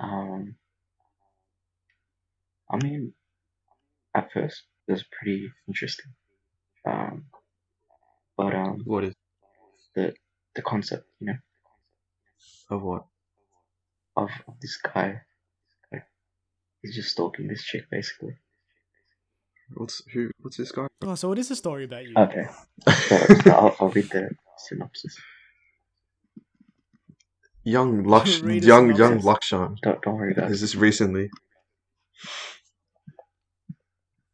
Um, I mean, at first it was pretty interesting. Um, but um,
What is
the the concept, you know,
of what?
of, of this guy, like, he's just stalking this chick basically.
What's who? What's this guy?
Oh, so it is a story about you.
Okay, so I'll, I'll read the synopsis.
young Lux,
Read a
young young
synopsis.
Lakshan.
Don't don't worry about
This
it.
is recently.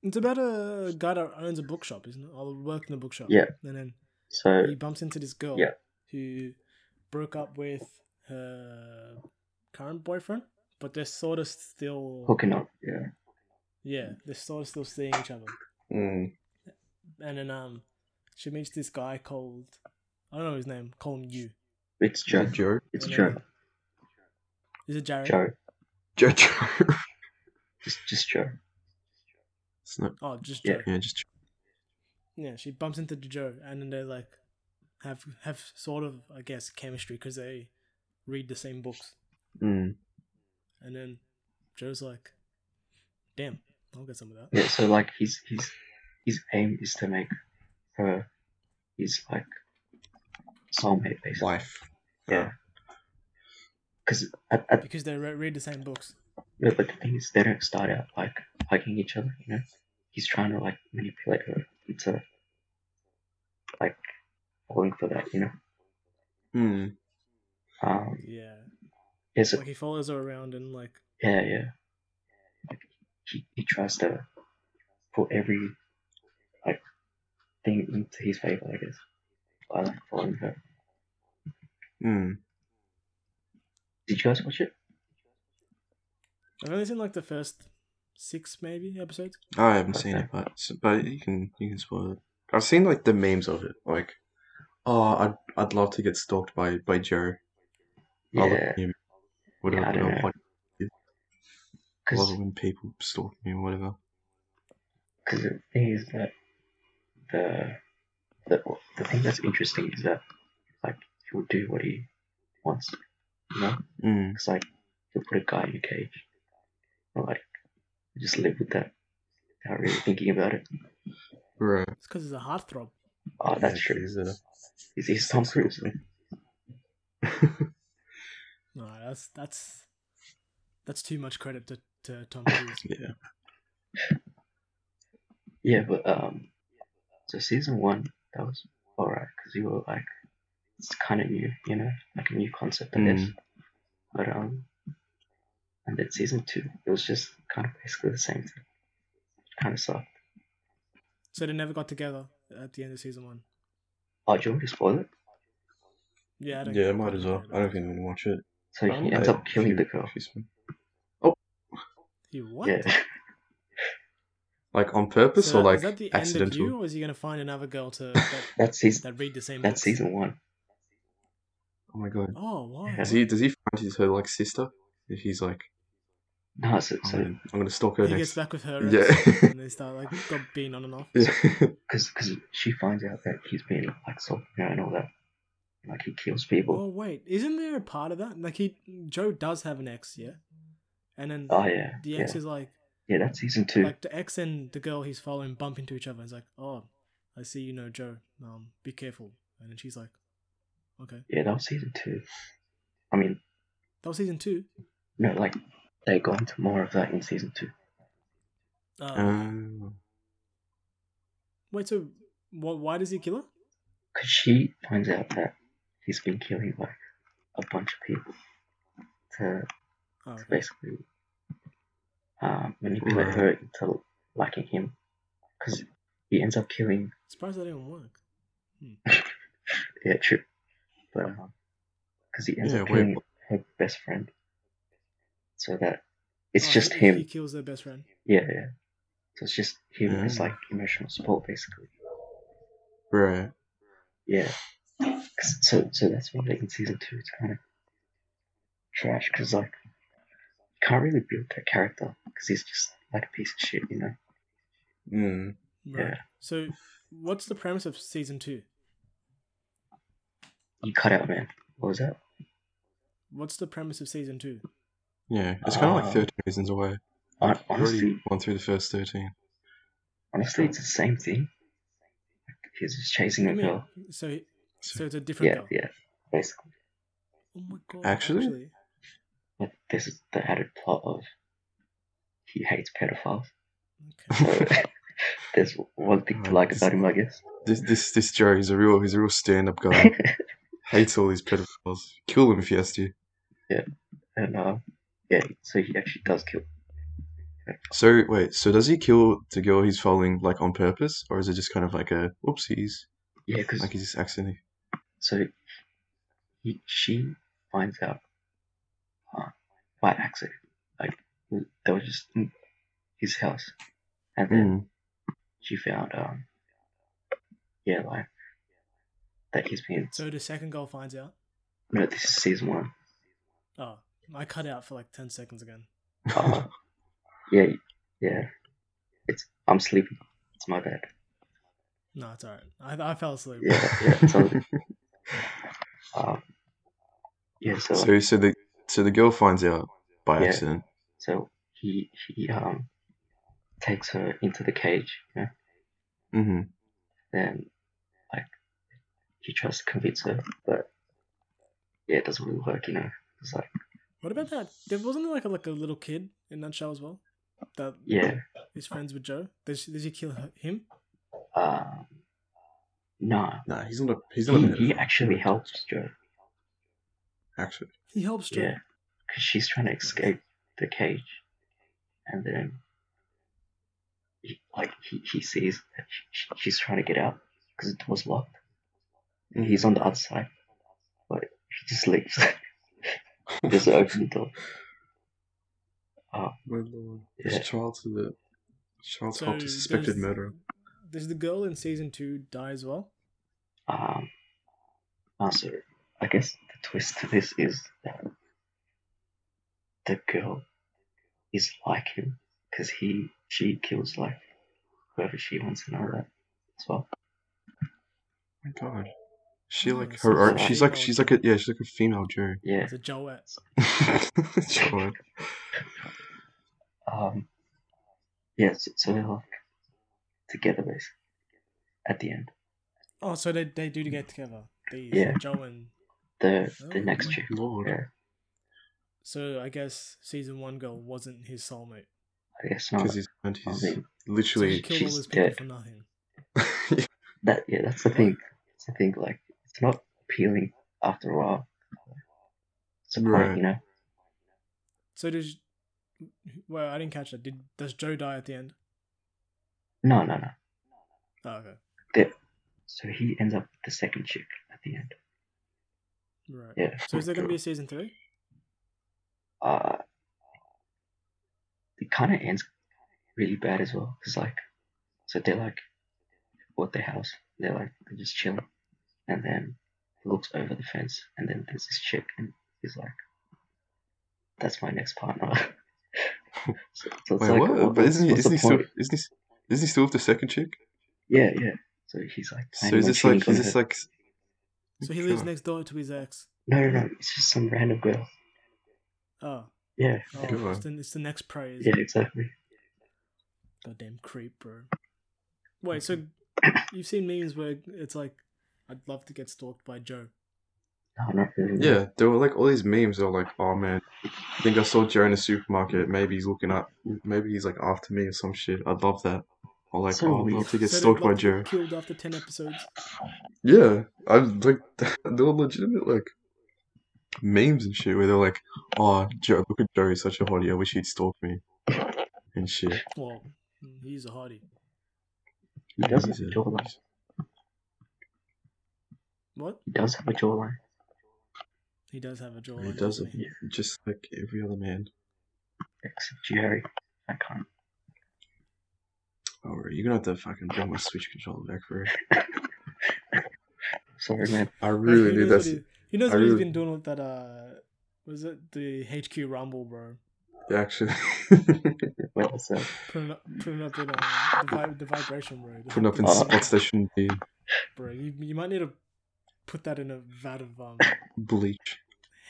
It's about a guy that owns a bookshop, isn't it? Or worked in a bookshop.
Yeah.
And then
So
he bumps into this girl
Yeah.
who broke up with her current boyfriend, but they're sort of still
hooking up, yeah.
yeah, they're sort of still seeing each other.
Mm.
And then um, she meets this guy called I don't know his name. Call him you.
It's
Joe.
Joe.
Joe.
It's
And
Joe.
then- Is it Jared?
Joe.
Joe.
Just just Joe.
it's not.
Oh, just
Yeah.
Joe.
Yeah, just
yeah, she bumps into Joe, and then they like have have sort of I guess chemistry because they read the same books,
mm.
and then Joe's like, "Damn, I'll get some of that."
Yeah, so like his his his aim is to make her his like soulmate basically.
wife.
Yeah. Because at, at
Because they re- read the same books.
no, but the thing is they don't start out like liking each other, you know. He's trying to like manipulate her into like falling for that, you know.
Mm.
Um
Yeah,
yeah, so,
like he follows her around and like,
yeah, yeah. Like he, he tries to put every like thing into his favor, I guess. By like following her.
Mm.
Did you guys watch it?
I've only seen like the first six maybe episodes.
I haven't seen it, but but you can you can spoil it. I've seen like the memes of it, like. Oh, I'd, I'd love to get stalked by by Joe. I love
Yeah,
him. Whatever.
I don't
whatever,
know.
what- I
because
love it when people stalk me or whatever.
the thing is that the the the thing that's interesting is that like he'll do what he wants, you know.
Mm.
It's like he'll put a guy in a cage, and, like just live with that, not really thinking about it.
Right.
It's because he's a heartthrob.
Oh, that's
Yeah,
true.
he's a-
He's, he's Tom Cruise.
No, that's that's that's too much credit to, to Tom Cruise.
Yeah.
Yeah, but um, so season one that was alright because you were like it's kind of new, you know, like a new concept, I guess.
Mm.
But um, and then season two, it was just kind of basically the same thing. Kind of sucked.
so they never got together at the end of season one.
Oh, do you want me to spoil it?
Yeah, I don't
Yeah,
I
might
don't
as well.
care
I don't
about
think I'm gonna watch it.
So he
Well,
ends
I-
up killing the
few-
girl.
few spoil-
that. He what?
Yeah,
Like on purpose
So
or like
is that the end of
accidental?
you, or is he going to find another girl to that,
that's season.
that read the same
That's
books?
season one.
Oh my god.
Oh, why?
Yeah.
Does he does he find his her like sister? If he's like,
No, so
I'm
so
gonna, I'm gonna stalk her
he gets
next.
back with her,
Yeah.
ex, and they start like got being on and off.
Oh.
because because she finds out that he's been like stalking her and all that, like he kills people.
Oh wait, isn't there a part of that? Like he Joe does have an ex, yeah, and then
Oh yeah,
the
yeah,
ex is like,
yeah. That's season two.
like the ex and the girl he's following bump into each other. And it's like, oh, I see you know Joe. Um, be careful. And then she's like, okay,
Yeah, that was season two. I mean,
that was season two.
no, like they got into more of that in season two.
Uh,
um,
Wait, so wh- why does he kill her?
Because she finds out that he's been killing like a bunch of people to
Oh, okay.
basically uh, manipulate
Right.
her into liking him. Because he ends up killing.
surprised that didn't work.
Yeah, true. But because he ends
Yeah,
up
wait,
killing her best friend, so that it's
Oh,
just
he-
him.
He kills their best friend.
Yeah, yeah. So it's just him as
Ah.
like emotional support, basically.
right.
Yeah. 'Cause- So so that's why like in season two it's kind of trash because like you can't really build that character because he's just like a piece of shit, you know.
Mm.
Right.
Yeah.
So, what's the premise of season two?
You cut out, man. What was that?
What's the premise of season two?
Yeah, it's kind of
Uh,
like 13 Reasons Why.
Hon-
I've already
honestly-
gone through the first 13.
Honestly, it's the same thing. He's just chasing
I
a
mean,
girl.
so he- so it's a different
Yeah,
girl.
yeah, basically.
Oh my god!
Actually?
But this is the added plot of he hates pedophiles.
okay.
So there's one thing to like about him, I guess.
This this this Joe, he's a real he's a real stand up guy. Hates all these pedophiles. Kill him if he has to.
and uh, yeah, so he actually does kill.
So wait, so does he kill the girl he's following like on purpose, or is it just kind of like a oopsies,
Yeah, because
like he's just accidentally?
so he, she finds out uh, by accident. Like they were just in his house, and then
Mm.
she found um yeah like that he's been
So the second girl finds out.
no this is season one.
Oh, I cut out for like ten seconds again.
Uh, yeah, yeah. It's I'm sleepy. It's my bad.
No, it's alright. I, I fell asleep.
Yeah, yeah. So um, yeah. So
so so the so the girl finds out by
Yeah.
accident.
so he he um takes her into the cage. You know,
hmm
then like he tries to convince her, but yeah, it doesn't really work. You know, it's like
What about that? There wasn't there like a, like a little kid in that show as well. That
yeah.
is friends with Joe. Did she, did she kill her, him?
Um, no,
Nah, he's not a he's
he, he actually helps Joe.
Actually,
He helps Joe.
Yeah, because she's trying to escape the cage, and then he, like he, he sees that she, she's trying to get out because the door's locked.
Mm-hmm.
And he's on the other side, but she just leaves. just open the door.
my lord,
This Yeah.
child to the child
So does- Does the girl in season two die as well?
Um, uh, so I guess the twist to this is that the girl is like him because he she kills like whoever she wants and all that as well.
Oh my god, she
Oh,
like
so
her
she's
she's like
a
female
she's like a yeah she's like a female Joe.
Yeah.
It's a Joette.
Sure.
Um, yeah. So, so they're like together basically at the end.
Oh, so they, they do get together. These
Yeah.
Joe and
The the
Oh
next
my
year.
Lord.
Yeah.
so I guess season one girl wasn't his soulmate.
I guess not.
Because he's and
I
he's
mean,
So he
literally
killed all
she's
those people
dead.
for nothing.
that yeah. That's the thing. It's the thing. Like it's not appealing after a while. It's a point,
Right.
you know.
So does well, I didn't catch that. Did does Joe die at the end?
No, no, no.
Oh, okay,
So he ends up with the second chick at the end.
right.
Yeah.
So is there gonna be a season three?
Uh, it kind of ends really bad as well. Cause like, so they're like, bought their house. They're like, they're just chilling, and then he looks over the fence, and then there's this chick, and he's like, "That's my next partner." so, so it's
Wait,
like,
what?
what-
But isn't he,
what's the
isn't he still
point?
isn't he, isn't he still with the second chick?
Yeah, yeah. So he's like,
So
planning
is
on
this like
cheating on
is this
her.
like?
So he lives
God.
next door to his ex.
No, no, no. It's just some random girl.
Oh,
Yeah,
oh
Good one.
it's, the, it's the next prey. is
yeah,
it?
exactly.
Goddamn creep, bro. Wait, so you've seen memes where it's like, I'd love to get stalked by Joe.
No, not really.
Yeah, there were like all these memes. They were like, "Oh man, I think I saw Joe in a supermarket. Maybe he's looking up. Maybe he's like after me or some shit. I'd love that." Or like,
So
"Oh, I'd
weird.
love to get
So they'd
stalked by
love to
Joe."
get Killed after ten episodes.
Yeah, I'm like, they were legitimate like memes and shit where they're like, "Oh, Joe, look at Joe. He's such a hottie. I wish he'd stalk me." And shit.
Well, mm, he's a hottie.
He does have a
Jesus.
jawline.
What?
He does have a jawline.
He does have a jawline.
He does
doesn't
it, just like every other man.
Except Jerry. I can't.
Oh, you're gonna have to fucking bring my Switch controller back for it.
Sorry, man.
I
Like, he
really do.
knows what
That's
he, he knows
I
what he's
really-
been doing with that. Uh, was it the HQ Rumble, bro?
actually
Wait, what's that?
Putting up, putting up in uh, the, vi- the vibration, bro. The
Oh.
putting up in
haptic
spot station B.
bro. You, you might need to put that in a vat of um,
Bleach.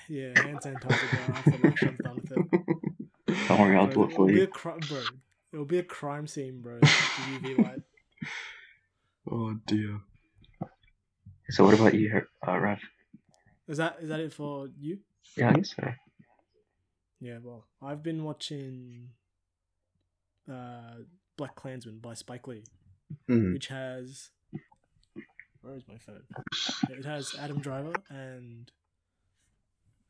yeah, hand sanitizer. Bro, after lunch, I'm done with it.
Don't worry, I'll
Bro,
do it
it'll
for
be a
you.
cri- bro. It'll be a crime scene, bro. The UV light.
Oh dear.
So what about you, Her- uh, Rav?
Is that is that it for you?
Yeah, I guess so.
Yeah, well, I've been watching uh, Black Klansman by Spike Lee,
Hmm.
which has where is my phone? It has Adam Driver and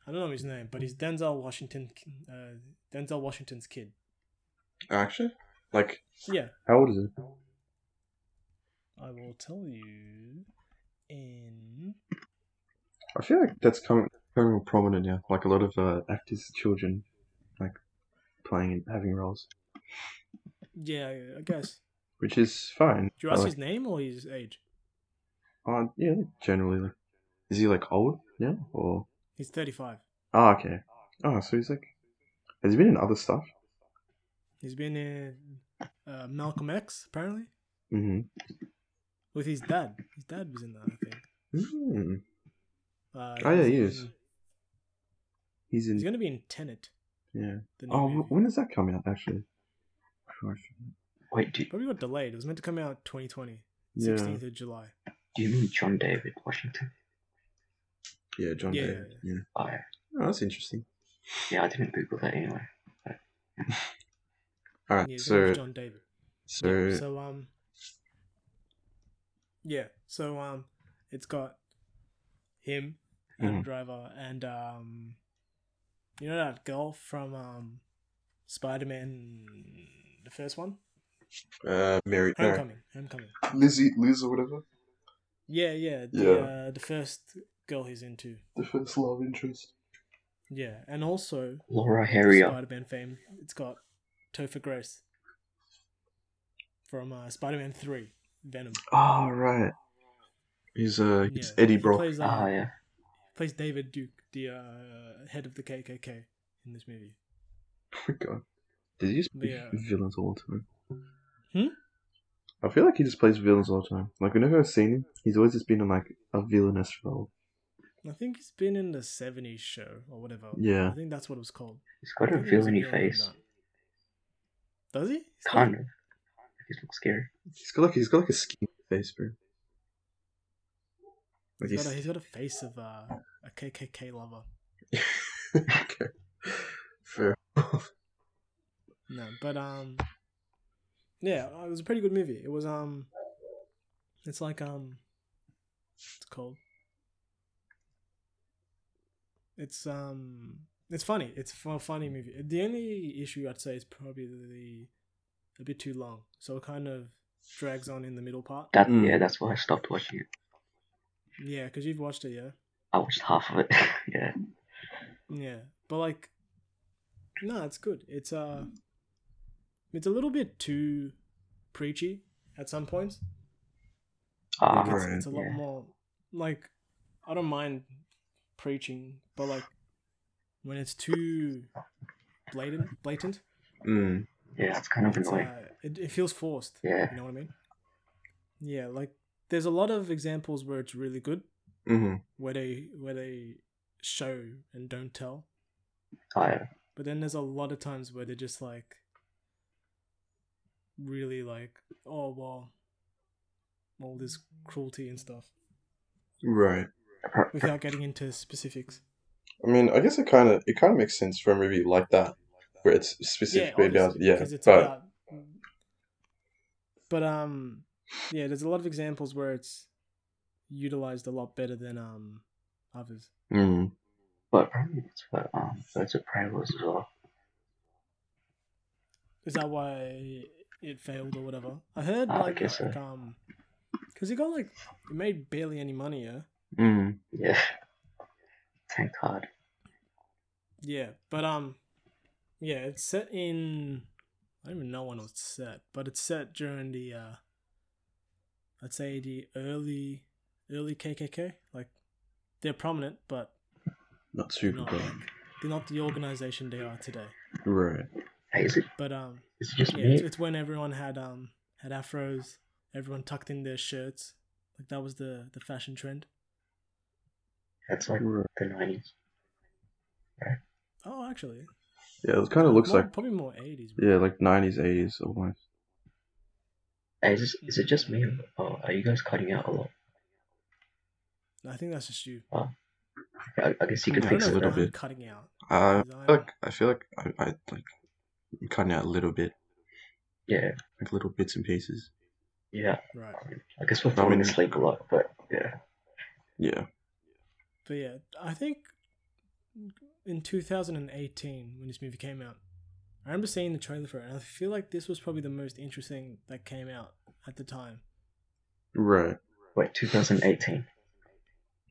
I don't know his name, but he's Denzel Washington, uh, Denzel Washington's kid.
Actually, like,
Yeah,
how old is it?
I will tell you in
I feel like that's coming coming more prominent now. Like a lot of uh, actors' children, like playing and having roles,
yeah, I guess.
which is fine.
Do you ask
but, like,
his name or his age?
uh, yeah, generally, like, is he like old now or?
He's thirty-five.
Ah, okay. Oh, so he's like, has he been in other stuff?
He's been in uh, Malcolm X apparently
Mm-hmm.
with his dad. His dad was in that, I think.
Mm.
Uh,
Oh, yeah,
he's
he
in-
is. He's in.
He's gonna be in Tenet.
Yeah.
The new
Oh,
movie.
wh- when does that come out? Actually. Christ.
Wait, do,
Probably got delayed. It was meant to come out 2020,
Yeah.
16th of July.
do you mean John David Washington?
Yeah, John
Yeah,
David. Yeah.
Oh, yeah.
Oh, that's interesting.
yeah, I didn't Google that anyway.
All
Yeah, his
right.
name
so,
was John David.
so,
Yeah, so um, yeah, so um, it's got him, Adam
Mhm.
Driver, and um, you know that girl from um, Spider-Man, the first one,
uh, Mary, no,
Homecoming, Homecoming.
Lizzie, Liz, or whatever,
Yeah, yeah, the
Yeah.
Uh, the first girl he's into.
the first love interest.
Yeah, and also
Laura Harrier.
Spider-Man fame. It's got Topher Grace from uh, Spider-Man Three, Venom.
Oh, right. He's uh, he's Eddie
he
Brock.
plays, uh,
Ah, yeah.
plays David Duke, the uh, head of the KKK in this movie.
Oh, God. Did he just play
Yeah.
villains all the time?
Hmm?
I feel like he just plays villains all the time. Like whenever I've seen him, he's always just been in like a villainous role.
I think he's been in the '70s show or whatever.
Yeah.
I think that's what it was called.
He's got
I
a
think he was
villainy
villain in
face.
that. Does he?
Kind of. He looks scary.
He's got like he's got like a skinny face, bro. Like
He's got a,
he's,
he's got a face of uh, a KKK lover.
okay. Fair.
No, but um, yeah, it was a pretty good movie. It was um, it's like um, it's called. It's um, it's funny. It's fu- a funny movie. The only issue I'd say is probably the a bit too long, so it kind of drags on in the middle part.
That
Mm.
yeah, that's why I stopped watching it.
Yeah, because you've watched it, yeah.
I watched half of it. yeah.
Yeah, but like, no, it's good. It's uh, it's a little bit too preachy at some points.
Ah,
Like, it's,
Right,
it's a lot
yeah.
more like I don't mind preaching, but like when it's too blatant, blatant,
Mm.
yeah, it's kind of
it's,
annoying.
uh, it, it feels forced.
yeah.
You know what I mean? Yeah, like there's a lot of examples where it's really good,
Mm-hmm.
where they where they show and don't tell,
Oh, yeah.
but then there's a lot of times where they're just like really like oh well all this cruelty and stuff
Right.
Per- per-
without getting into specifics
I mean, I guess it kind of it kind of makes sense for a movie like that, where it's specifically about
obviously,
yeah,
'cause it's
but
about- but um, yeah, there's a lot of examples where it's utilized a lot better than um others.
mm,
but apparently that's what um Birds of Prey was as well.
Is that why it failed or whatever? I heard
Ah, I
like,
guess so.
like um, because it got like it made barely any money, yeah,
mm,
Yeah. Tank card.
yeah, but um, yeah, it's set in I don't even know when it's set, but it's set during the uh, I'd say the early early KKK, like they're prominent, but
not super
not
bad.
like they're not the organization they are today.
Right.
Hey, is it
But um,
is it just
yeah,
me?
it's, it's when everyone had um had afros, everyone tucked in their shirts, like that was the the fashion trend.
That's like
Right.
the nineties.
Oh, actually,
Yeah, it kind of looks
more,
like
probably more eighties.
yeah, like nineties, eighties almost.
Is this, is it just me? Or or are you guys cutting out a lot?
I think that's just you.
I, I guess you could
Yeah,
I don't
fix
know
it.
a little
if I'm
bit.
cutting out.
Uh,
'cause
I
I'm-
feel like I feel like I, I like I'm cutting out a little bit,
Yeah,
like little bits and pieces.
yeah.
right.
I guess we're falling
Um,
asleep a lot, but yeah.
Yeah,
But yeah, I think in 2018 when this movie came out, I remember seeing the trailer for it, and I feel like this was probably the most interesting that came out at the time.
right.
Wait, 2018.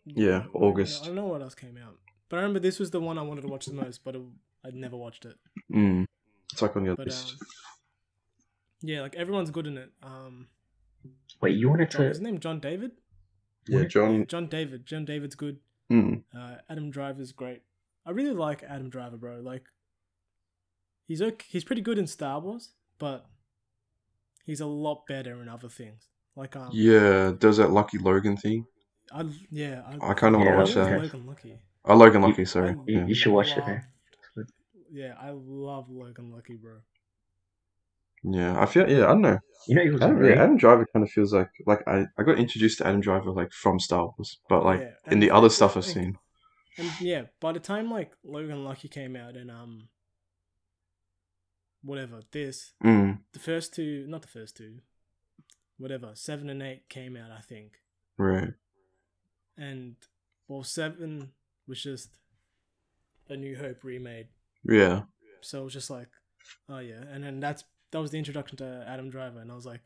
Yeah,
I don't know-
August.
I don't know what else came out, but I remember this was the one I wanted to watch the most, but it, I'd never watched it.
Mm. It's like on your
But
list.
um, yeah, like everyone's good in it. Um,
Wait, you wanted
John, his
to?
name John David.
yeah,
Yeah,
John.
John David. John David's good.
Mm,
Uh, Adam Driver's great. I really like Adam Driver, bro. Like, he's okay, he's pretty good in Star Wars, but he's a lot better in other things. Like, um,
yeah, does that Lucky Logan thing?
I yeah, I,
I kind of want to
Yeah,
watch
that's
that.
okay.
Logan Lucky.
Oh, Logan
You-
Lucky, sorry.
I
Yeah.
You should watch it, eh?
love-
man.
Yeah, I love Logan Lucky, bro.
yeah, I feel. Yeah, I don't know.
You know, he was
Adam, yeah,
great.
Adam Driver kind of feels like like I, I got introduced to Adam Driver like from Star Wars, but like
Yeah,
in
and
the
I
other
feel
stuff I've
like-
seen.
And yeah, by the time like Logan Lucky came out and um, whatever this,
Mm,
the first two, not the first two, whatever seven and eight came out, I think.
right.
and well seven was just a new hope remade
Yeah.
so it was just like oh yeah and then that's that was the introduction to adam driver and i was like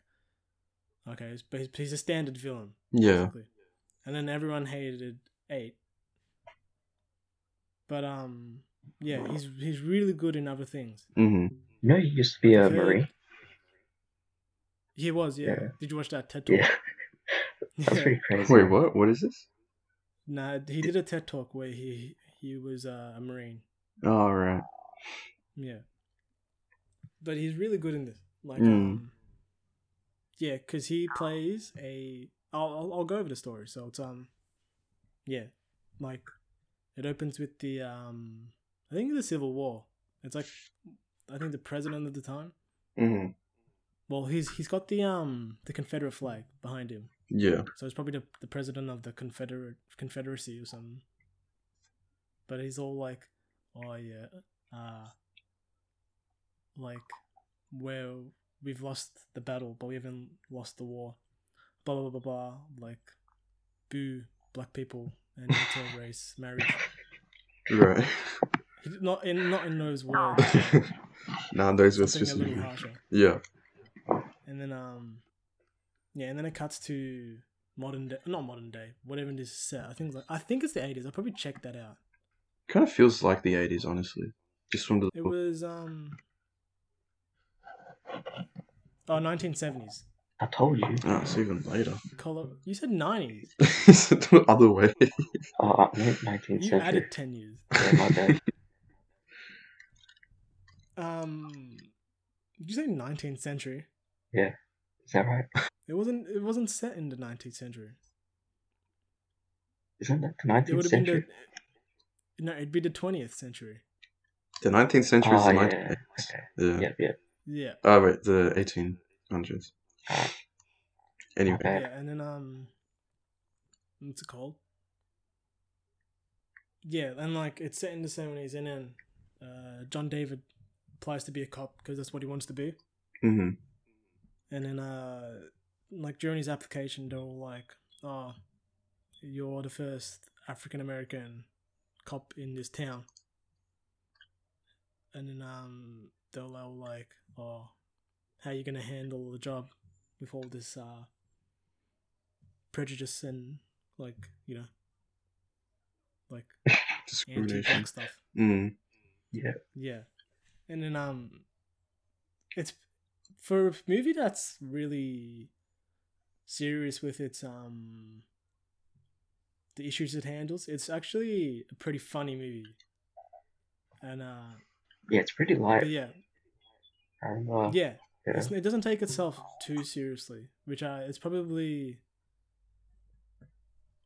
okay he's, but he's, he's a standard villain
Yeah.
basically. and then everyone hated eight but um yeah he's he's really good in other things
hmm
You know, he used to be a
Okay.
marine.
he was yeah,
Yeah.
did you watch that ted talk
Yeah, that's pretty crazy.
Wait, what? What is this?
nah he did a ted talk where he he was uh, a marine
Oh, right.
Yeah. But he's really good in this. Like,
Mm.
um, yeah, because he plays a. I'll, I'll I'll go over the story. So it's um, yeah, like it opens with the um, I think the Civil War. It's like I think the president at the time.
hmm
Well, he's he's got the um the Confederate flag behind him,
Yeah.
so it's probably the, the president of the Confederate Confederacy or something. But he's all like, "Oh yeah, uh, like where we've lost the battle, but we haven't lost the war." Blah blah blah blah. blah. Like, boo, black people and inter race marriage.
Right.
He did not in not in those words.
nah, those were
something a
specific.
little harsher.
Yeah.
And then um, yeah, and then it cuts to modern day, not modern day, whatever it is set. I think it's like, I think it's the eighties. I'll probably check that out.
Kind of feels like the '80s, honestly. Just from the
It was um, oh 1970s.
I told you.
oh, it's even later.
Color. You said nineties.
it's the other way.
Oh, I meant 19th
You
century.
added ten years.
Yeah, my bad.
Um, did you say nineteenth century?
Is that right?
It wasn't. It wasn't set in the nineteenth century.
Isn't that the
It would have
19th
been the.
century?
No, it'd be the twentieth century.
The 19th century is
Oh,
the
yeah.
19th.
Okay.
Yeah.
Yep, yep.
Yeah.
Oh wait, the 1800s. Anyway,
Okay.
Yeah, and then um, what's it called? Yeah, and like it's set in the seventies, and then uh, John David applies to be a cop because that's what he wants to be,
hmm
and then uh, like during his application, they're all like, "Oh, you're the first African American cop in this town," and then um, they're all like, "Oh, how you gonna handle the job with all this uh?" prejudice and like you know like
discrimination.
anti-black stuff
Mm.
yeah and then um it's for a movie that's really serious with its um the issues it handles it's actually a pretty funny movie and uh
Yeah, it's pretty
but
light.
yeah
I remember.
yeah
Yeah.
It's, it doesn't take itself too seriously, which I it's probably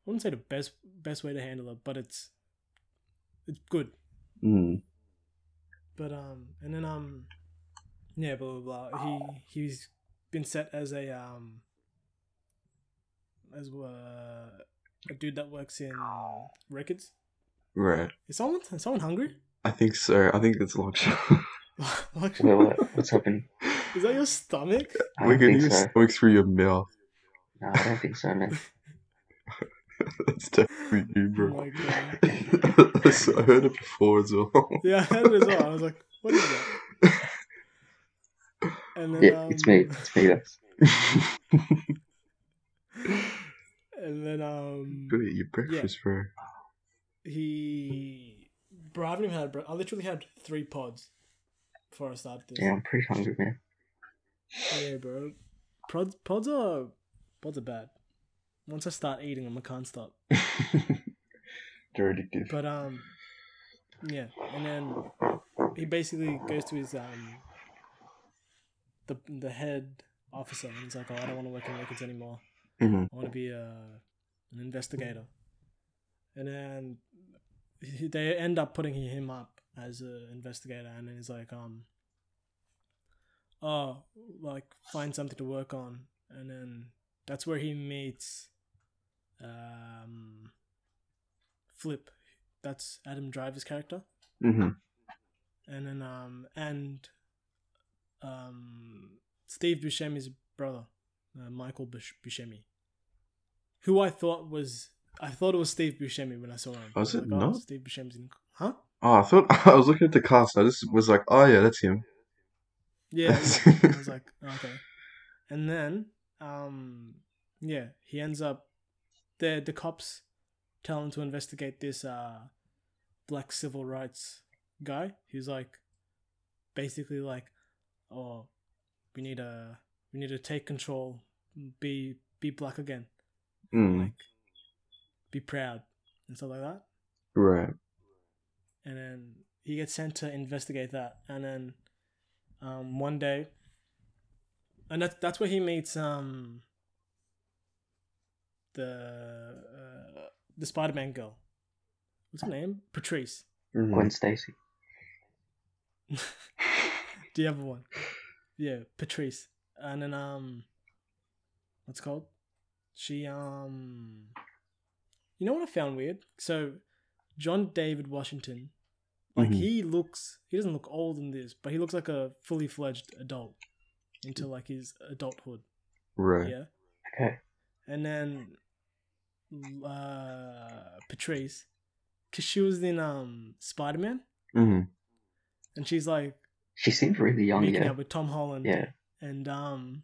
wouldn't say the best best way to handle it, but it's it's good.
Mm.
But um, and then um, yeah, blah blah blah. He he's been set as a um, as uh, a dude that works in records.
Right.
Is someone is someone hungry?
I think so. I think it's locked.
Like,
Wait, what, what's happened?
is that your stomach?
I
we
don't
can
think
use
so.
stomach through your mouth.
No, I don't think so, man.
That's definitely you,
Oh
bro.
my god.
So I heard it before as well.
Yeah, I heard it as well. I was like, what is that? And then,
Yeah, it's me.
um,
It's me. That's
And then um,
Go eat your breakfast, bro.
he, bro, I haven't even had. Bro- I literally had three pods before I started this.
yeah. I'm pretty hungry, man.
Yeah, bro. Pods, pods are pods are bad. Once I start eating them, I can't stop.
They're addictive.
But um, yeah, and then he basically goes to his um, the the head officer, and he's like, "Oh, I don't want to work in records anymore.
Mhm.
I want to be a an investigator." And then he- they end up putting him up as an investigator, and then he's like, "Um, oh, like find something to work on," and then that's where he meets um, Flip. That's Adam Driver's character
Mhm.
and then um and um Steve Buscemi's brother, uh, Michael Bush- Buscemi, who I thought was I thought it was Steve Buscemi when I saw him.
Was
I
it
like, oh,
not?
Steve Buscemi's in, huh?
Oh, I thought I was looking at the cast. I just was like, oh yeah, that's him.
Yeah,
That's-
yeah. I was like okay, and then um yeah, he ends up the the cops tell him to investigate this uh black civil rights guy who's like basically like oh we need a we need to take control be be black again
Mm.
like be proud and stuff like that
Right.
and then he gets sent to investigate that and then um, one day and that's that's where he meets um the uh, the spider-man girl what's her name patrice
Mhm.
Gwen Stacy.
the other one yeah patrice and then um what's it called she um you know what i found weird so john david washington like
Mhm.
he looks he doesn't look old in this but he looks like a fully fledged adult into like his adulthood
Right.
yeah
Okay.
and then uh patrice because she was in um spider-man
Mhm.
and she's like
She seemed really young,
making
Oh, yeah.
out with tom holland
Yeah.
and um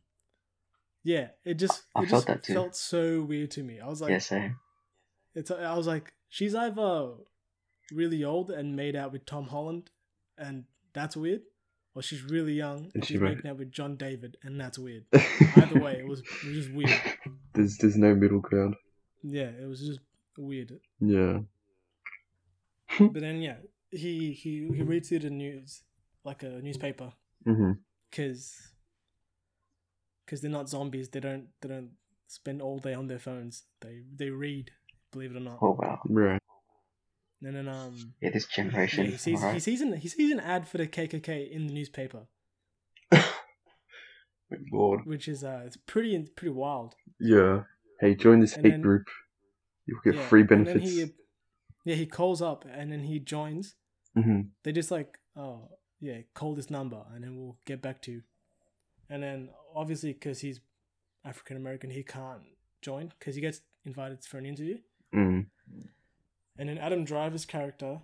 yeah it just
I
it just
felt that too.
felt so weird to me i was like
yeah, same.
it's i was like she's either really old and made out with tom holland and that's weird or she's really young and
And she
she's
made-
making out with john david and that's weird either way it was, it was just weird
mm-hmm. there's there's no middle ground.
yeah it was just weird
Yeah.
but then yeah he he he reads through the news like a newspaper
Mhm.
because because they're not zombies. They don't they don't spend all day on their phones. They they read, believe it or not.
Oh wow.
Right.
And then um,
Yeah, this
yeah,
generation.
he sees
alright.
he sees an he sees an ad for the KKK in the newspaper,
Lord.
which is uh it's pretty pretty wild.
Yeah. Hey, join this
And
hate
then-
group. You'll get
Yeah,
free
and then
benefits.
he- yeah, he calls up and then he joins.
Mhm.
They just like oh yeah, call this number and then we'll get back to you. And then obviously because he's African American, he can't join because he gets invited for an interview.
Mm.
And then Adam Driver's character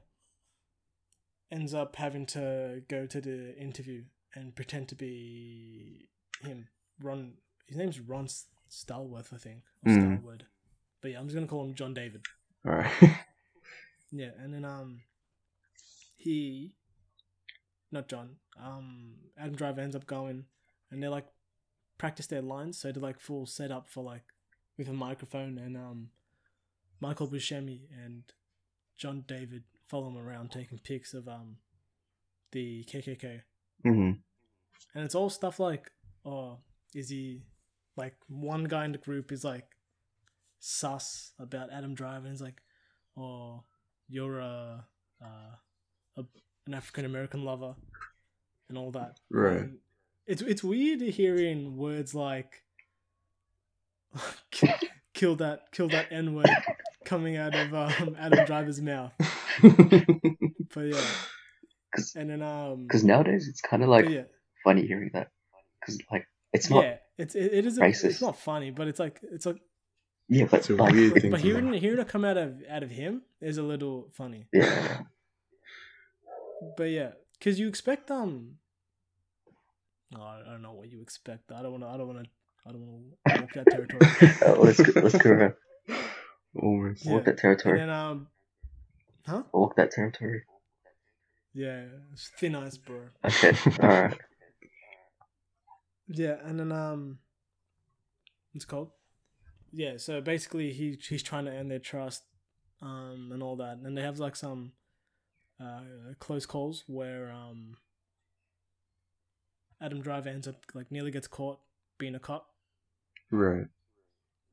ends up having to go to the interview and pretend to be him. Ron, his name's Ron S- Stalworth, I think, or
Mm.
Stalward. But yeah, I'm just gonna call him John David.
All right.
Yeah, and then um, he, not John, um, Adam Driver ends up going, and they like practice their lines, so they're like full set up for like with a microphone and um, Michael Buscemi and John David follow him around taking pics of um, the KKK,
mhm.
and it's all stuff like, oh, is he, like one guy in the group is like, sus about Adam Driver, and he's like, "Oh, you're a, uh, a an African American lover," and all that.
Right.
And it's it's weird hearing words like "kill that, kill that N word" coming out of um, Adam Driver's mouth. But yeah,
'Cause-
and then um,
Because nowadays it's kind of
but
like
yeah,
funny hearing that. Because like it's not. Yeah,
yeah, it's it, it is a,
racist.
it's not funny, but it's like it's like
but
It's a
like,
weird
but,
thing
but
to
hearing
laugh.
hearing it come out of out of him is a little funny.
yeah, yeah,
But yeah, because you expect um, oh, I I don't know what you expect. I don't want to. I don't want to. I don't want to walk that territory.
yeah. Uh, let's go- let's go around.
Almost.
Yeah.
walk that
And
territory.
then um, huh?
Walk that territory.
Yeah, it's thin ice, bro.
Okay, all right.
Yeah, and then um, it's called. Yeah, so basically he he's trying to earn their trust, um, and all that, and they have like some, uh, close calls where um. Adam Driver ends up like nearly gets caught being a cop,
Right.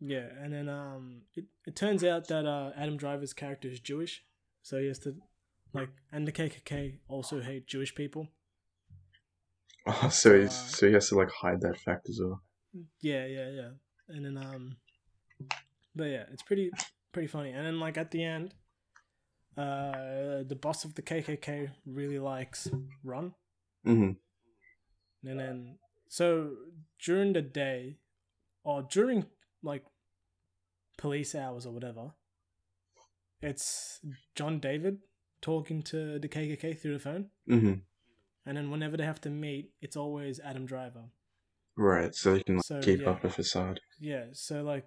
Yeah, and then um, it, it turns out that uh, Adam Driver's character is Jewish, so he has to, like, and the KKK also hate Jewish people.
Oh, so he's,
Uh,
so he has to like hide that fact as well.
Yeah, yeah, yeah. And then um, but yeah, it's pretty pretty funny. And then like at the end, uh, the boss of the KKK really likes Ron,
Mm-hmm.
And then, so during the day, or during like police hours or whatever, it's John David talking to the KKK through the phone.
Mm-hmm.
And then whenever they have to meet, it's always Adam Driver.
Right. So he can like,
So,
keep
yeah.
up a facade.
Yeah, so like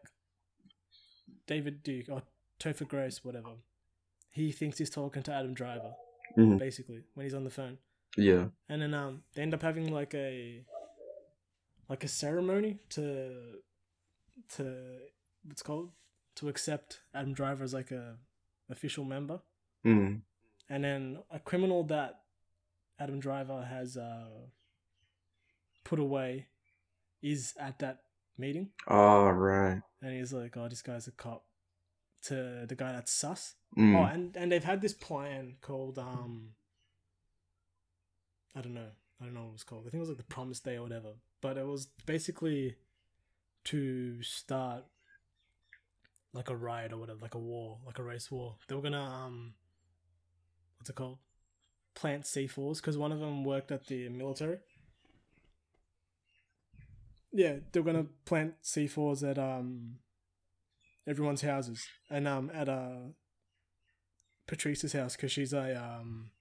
David Duke or Topher Grace, whatever, he thinks he's talking to Adam Driver,
Mhm.
basically, when he's on the phone.
Yeah.
and then um they end up having like a like a ceremony to to what's it called to accept Adam Driver as like a official member,
Mm.
and then a criminal that Adam Driver has uh put away is at that meeting,
Oh, right.
and he's like, "Oh, this guy's a cop." To the guy that's sus. Oh,
Mm.
and and they've had this plan called um. I don't know. I don't know what it was called. I think it was like the Promise Day or whatever. But it was basically to start like a riot or whatever, like a war, like a race war. They were gonna um, what's it called? Plant C4s because one of them worked at the military. Yeah, they were gonna plant C4s at um, everyone's houses and um at uh Patrice's house because she's a um,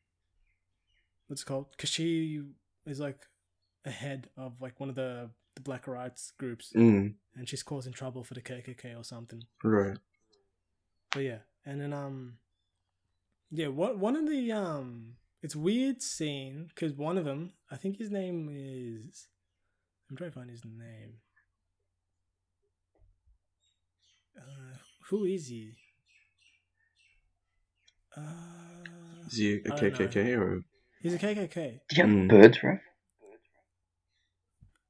what's it called? Because she is like a head of like one of the the black rights groups,
Mm.
and she's causing trouble for the KKK or something.
Right.
But yeah, and then um, yeah, what one of the um, it's weird scene because one of them, I think his name is, I'm trying to find his name. Uh, who is he? Uh,
Is he a
I don't know.
KKK or?
He's a KKK.
Do you have
Mm.
birds, right?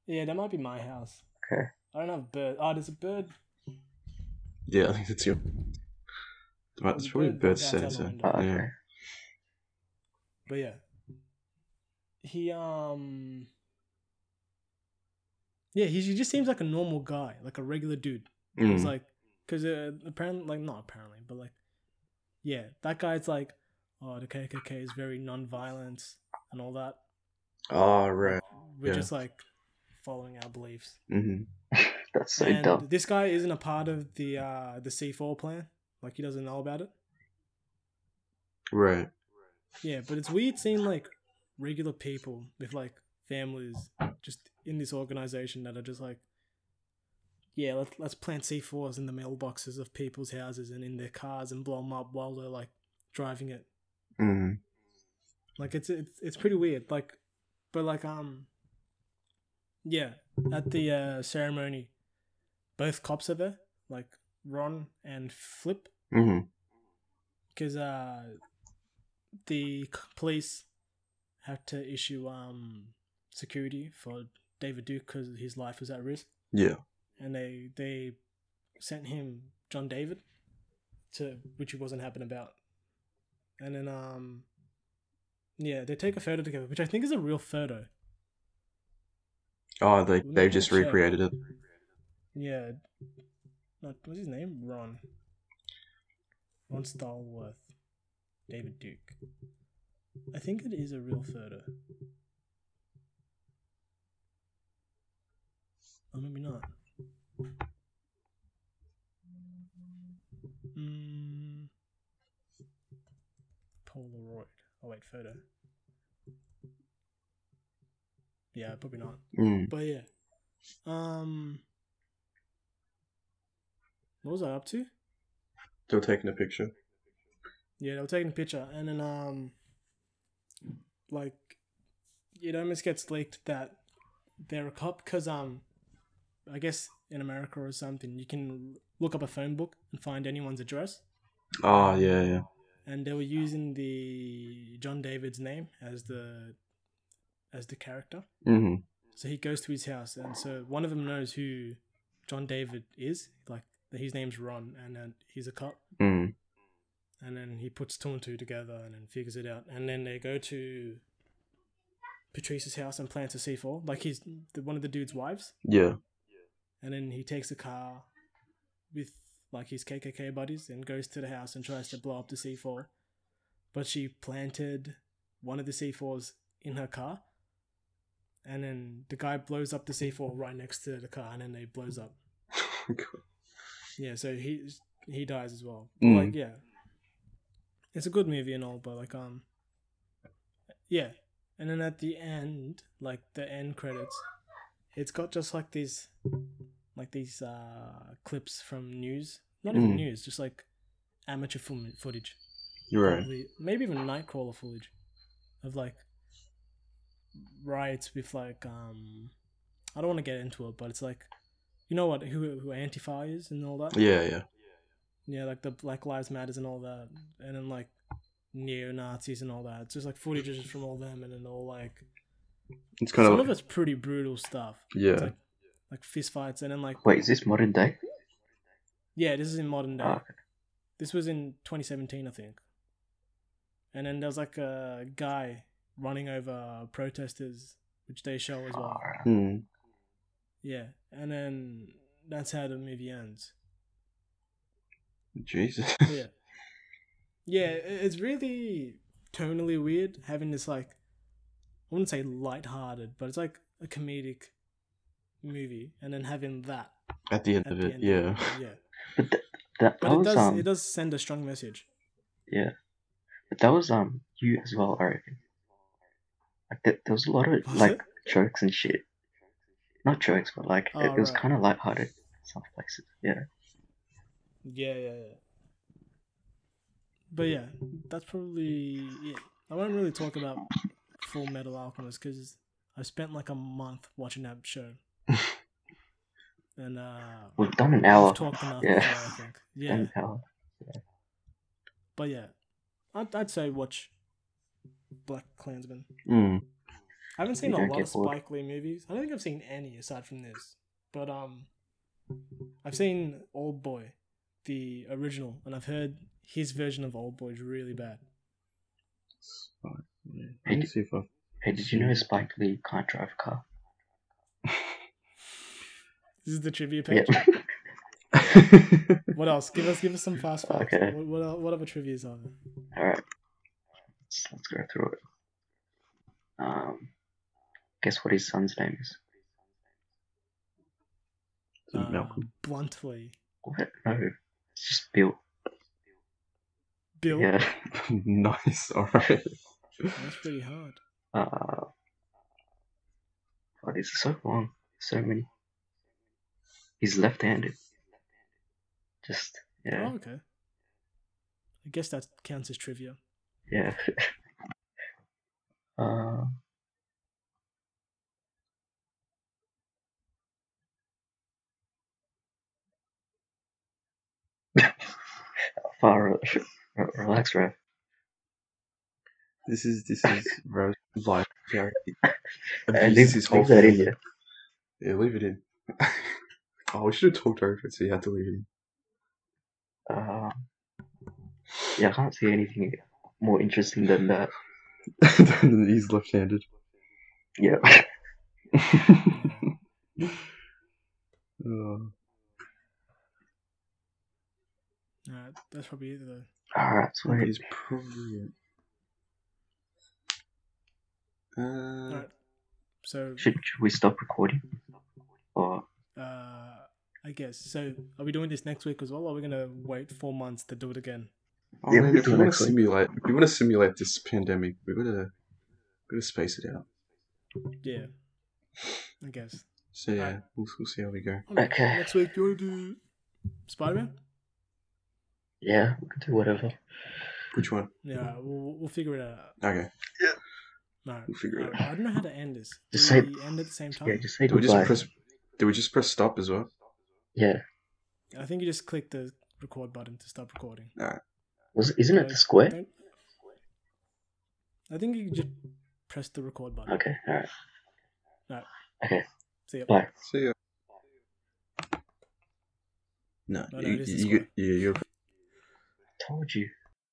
Yeah, that might be my house.
Okay.
I don't have bird. Oh, there's a bird.
Yeah, I think that's your. But
there's
it's probably bird
outside my
set. So.
window.
Oh, okay.
Yeah. Mm-hmm.
But yeah, he um, yeah, he, he just seems like a normal guy, like a regular dude. He's
Mm.
like, because uh, apparently, like not apparently, but like, yeah, that guy's like, oh, the KKK is very non-violent and all that.
Oh, right.
We're
Yeah.
just like following our beliefs.
Mm-hmm.
That's so
and
dumb.
this guy isn't a part of the uh the C4 plan. Like he doesn't know about it.
Right.
Yeah, but it's weird seeing like regular people with like families just in this organization that are just like, yeah, let's let's plant C4s in the mailboxes of people's houses and in their cars and blow them up while they're like driving it.
Mm.
Like it's it's it's pretty weird. Like, but like um, yeah, at the uh, ceremony, both cops are there, like Ron and Flip.
Mm-hmm.
because uh, the c- police had to issue um security for David Duke because his life was at risk,
Yeah.
and they they sent him John David, to which he wasn't happy about. And then um, yeah, they take a photo together, which I think is a real photo.
Oh, they
Well,
they've
not
just
check.
recreated it.
Yeah, not what's his name? Ron. Ron Stallworth, David Duke. I think it is a real photo. Or Oh, maybe not. Mm. Polaroid. Oh wait, photo. Yeah, probably not.
Mm.
But yeah. Um What was I up to?
Still taking a picture.
Yeah, they were taking a picture and then um like it almost gets leaked that they're a cop because um I guess in America or something you can look up a phone book and find anyone's address
Oh yeah, yeah.
and they were using the John David's name as the as the character
hmm
So he goes to his house, and so one of them knows who John David is. Like his name's Ron, and then he's a cop.
Mm.
And then he puts two and two together, and then figures it out. And then they go to Patrice's house and plants a C four. Like he's the, one of the dude's wives.
Yeah.
And then he takes a car with like his KKK buddies and goes to the house and tries to blow up the C four. But she planted one of the C fours in her car and then the guy blows up the C4 right next to the car, and then they blows up. Yeah, so he he dies as well. But,
Mm.
Like yeah, it's a good movie and all, but like um, yeah, and then at the end, like the end credits, it's got just like these, like these uh clips from news, not even
Mm.
news, just like amateur film footage
You're right.
probably- maybe even Nightcrawler footage of like riots with like um I don't want to get into it, but it's like you know what who who Antifa is and all that.
Yeah, yeah.
Yeah, like the Black Lives Matters and all that, and then like neo Nazis and all that. It's just like footages from all them, and then all like
It's kind
some
of
of it's pretty brutal stuff,
yeah.
like- like fist fights, and then like
Wait, is this modern day?
yeah, this is in modern day.
Ah, okay.
This was in 2017, I think. And then there was like a guy running over protesters, which they show as well.
Alright.
Mm.
Yeah, and then that's how the movie ends.
Jesus.
yeah, yeah, i- it's really tonally weird having this like, I wouldn't say light-hearted, but it's like a comedic movie, and then having that
At the end
at
of
the
it,
end.
yeah.
yeah,
But th- that,
but
that
it
was
does
um
it does send a strong message.
yeah, but that was um you as well, I reckon. Like that, there was a lot of
Was
like
it?
jokes and shit. Not jokes, but like
Oh,
it, it was
right.
kind of lighthearted in some places. Yeah,
Yeah, yeah, yeah. But yeah, that's probably it. I won't really talk about Full Metal Alchemist because I spent like a month watching that show, and uh,
we've done an hour.
we've talked enough.
Oh, Yeah.
Yeah, I think. Yeah,
An hour.
but yeah, I'd, I'd say watch Black Klansman.
Mm.
I haven't seen
You
a
don't
lot
get
of
bored.
Spike Lee movies. I don't think I've seen any aside from this. But um I've seen Old Boy, the original, and I've heard his version of Old Boy is really bad.
Let me see if I.
Hey, did you know Spike Lee can't drive a car?
This is the trivia
Yeah.
page. What else? Give us give us some fast facts.
Okay.
What what, el- what other trivia's are there?
All right. Let's, let's go through it. Um, guess what his son's name is?
Malcolm.
Um, Bluntly.
What? No, it's just Bill.
Bill.
Yeah.
nice. All right.
That's pretty hard.
Uh, oh, these are so long. So many. He's left-handed. Just yeah,
Oh, okay. I guess that counts as trivia.
yeah. uh, far re- relax, bro.
This is this is Rose life charity.
Uh,
Abuses
leave,
his whole
leave that in
family.
here.
Yeah, leave it in. oh, we should have talked over it, so you had to leave it in.
Um, yeah, I can't see anything more interesting than that.
He's left-handed.
Yeah.
Oh.
Alright, that's probably it though.
Alright, sweet.
He's probably it. Uh,
Alright. So
Should, should we stop recording? Or
uh I guess. So are we doing this next week as well or are we gonna wait four months to do it again?
oh,
Yeah,
man,
we
if
do
we want to
next week.
simulate, if we want to simulate this pandemic, we gotta, we gotta space it out.
Yeah. I guess.
So yeah,
Alright.
we'll, we'll see how we go.
Alright,
Okay.
Next week do you wanna do Spider Man?
yeah, we could do whatever.
Which one?
Yeah, we'll we'll figure it out.
Okay.
No.
We'll figure it
Alright, I don't know how to end this. Do
Just say-
we end at the same time?
Yeah, just say
Do we just
goodbye.
press? Do we just press stop as well?
Yeah.
I think you just click the record button to stop recording.
Was, isn't it
No,
the square?
don't- I think you can just press the record button.
Okay, alright.
See ya.
Bye.
See ya. No,
No, no,
you,
it is the
you, you, yeah, you're
Told you.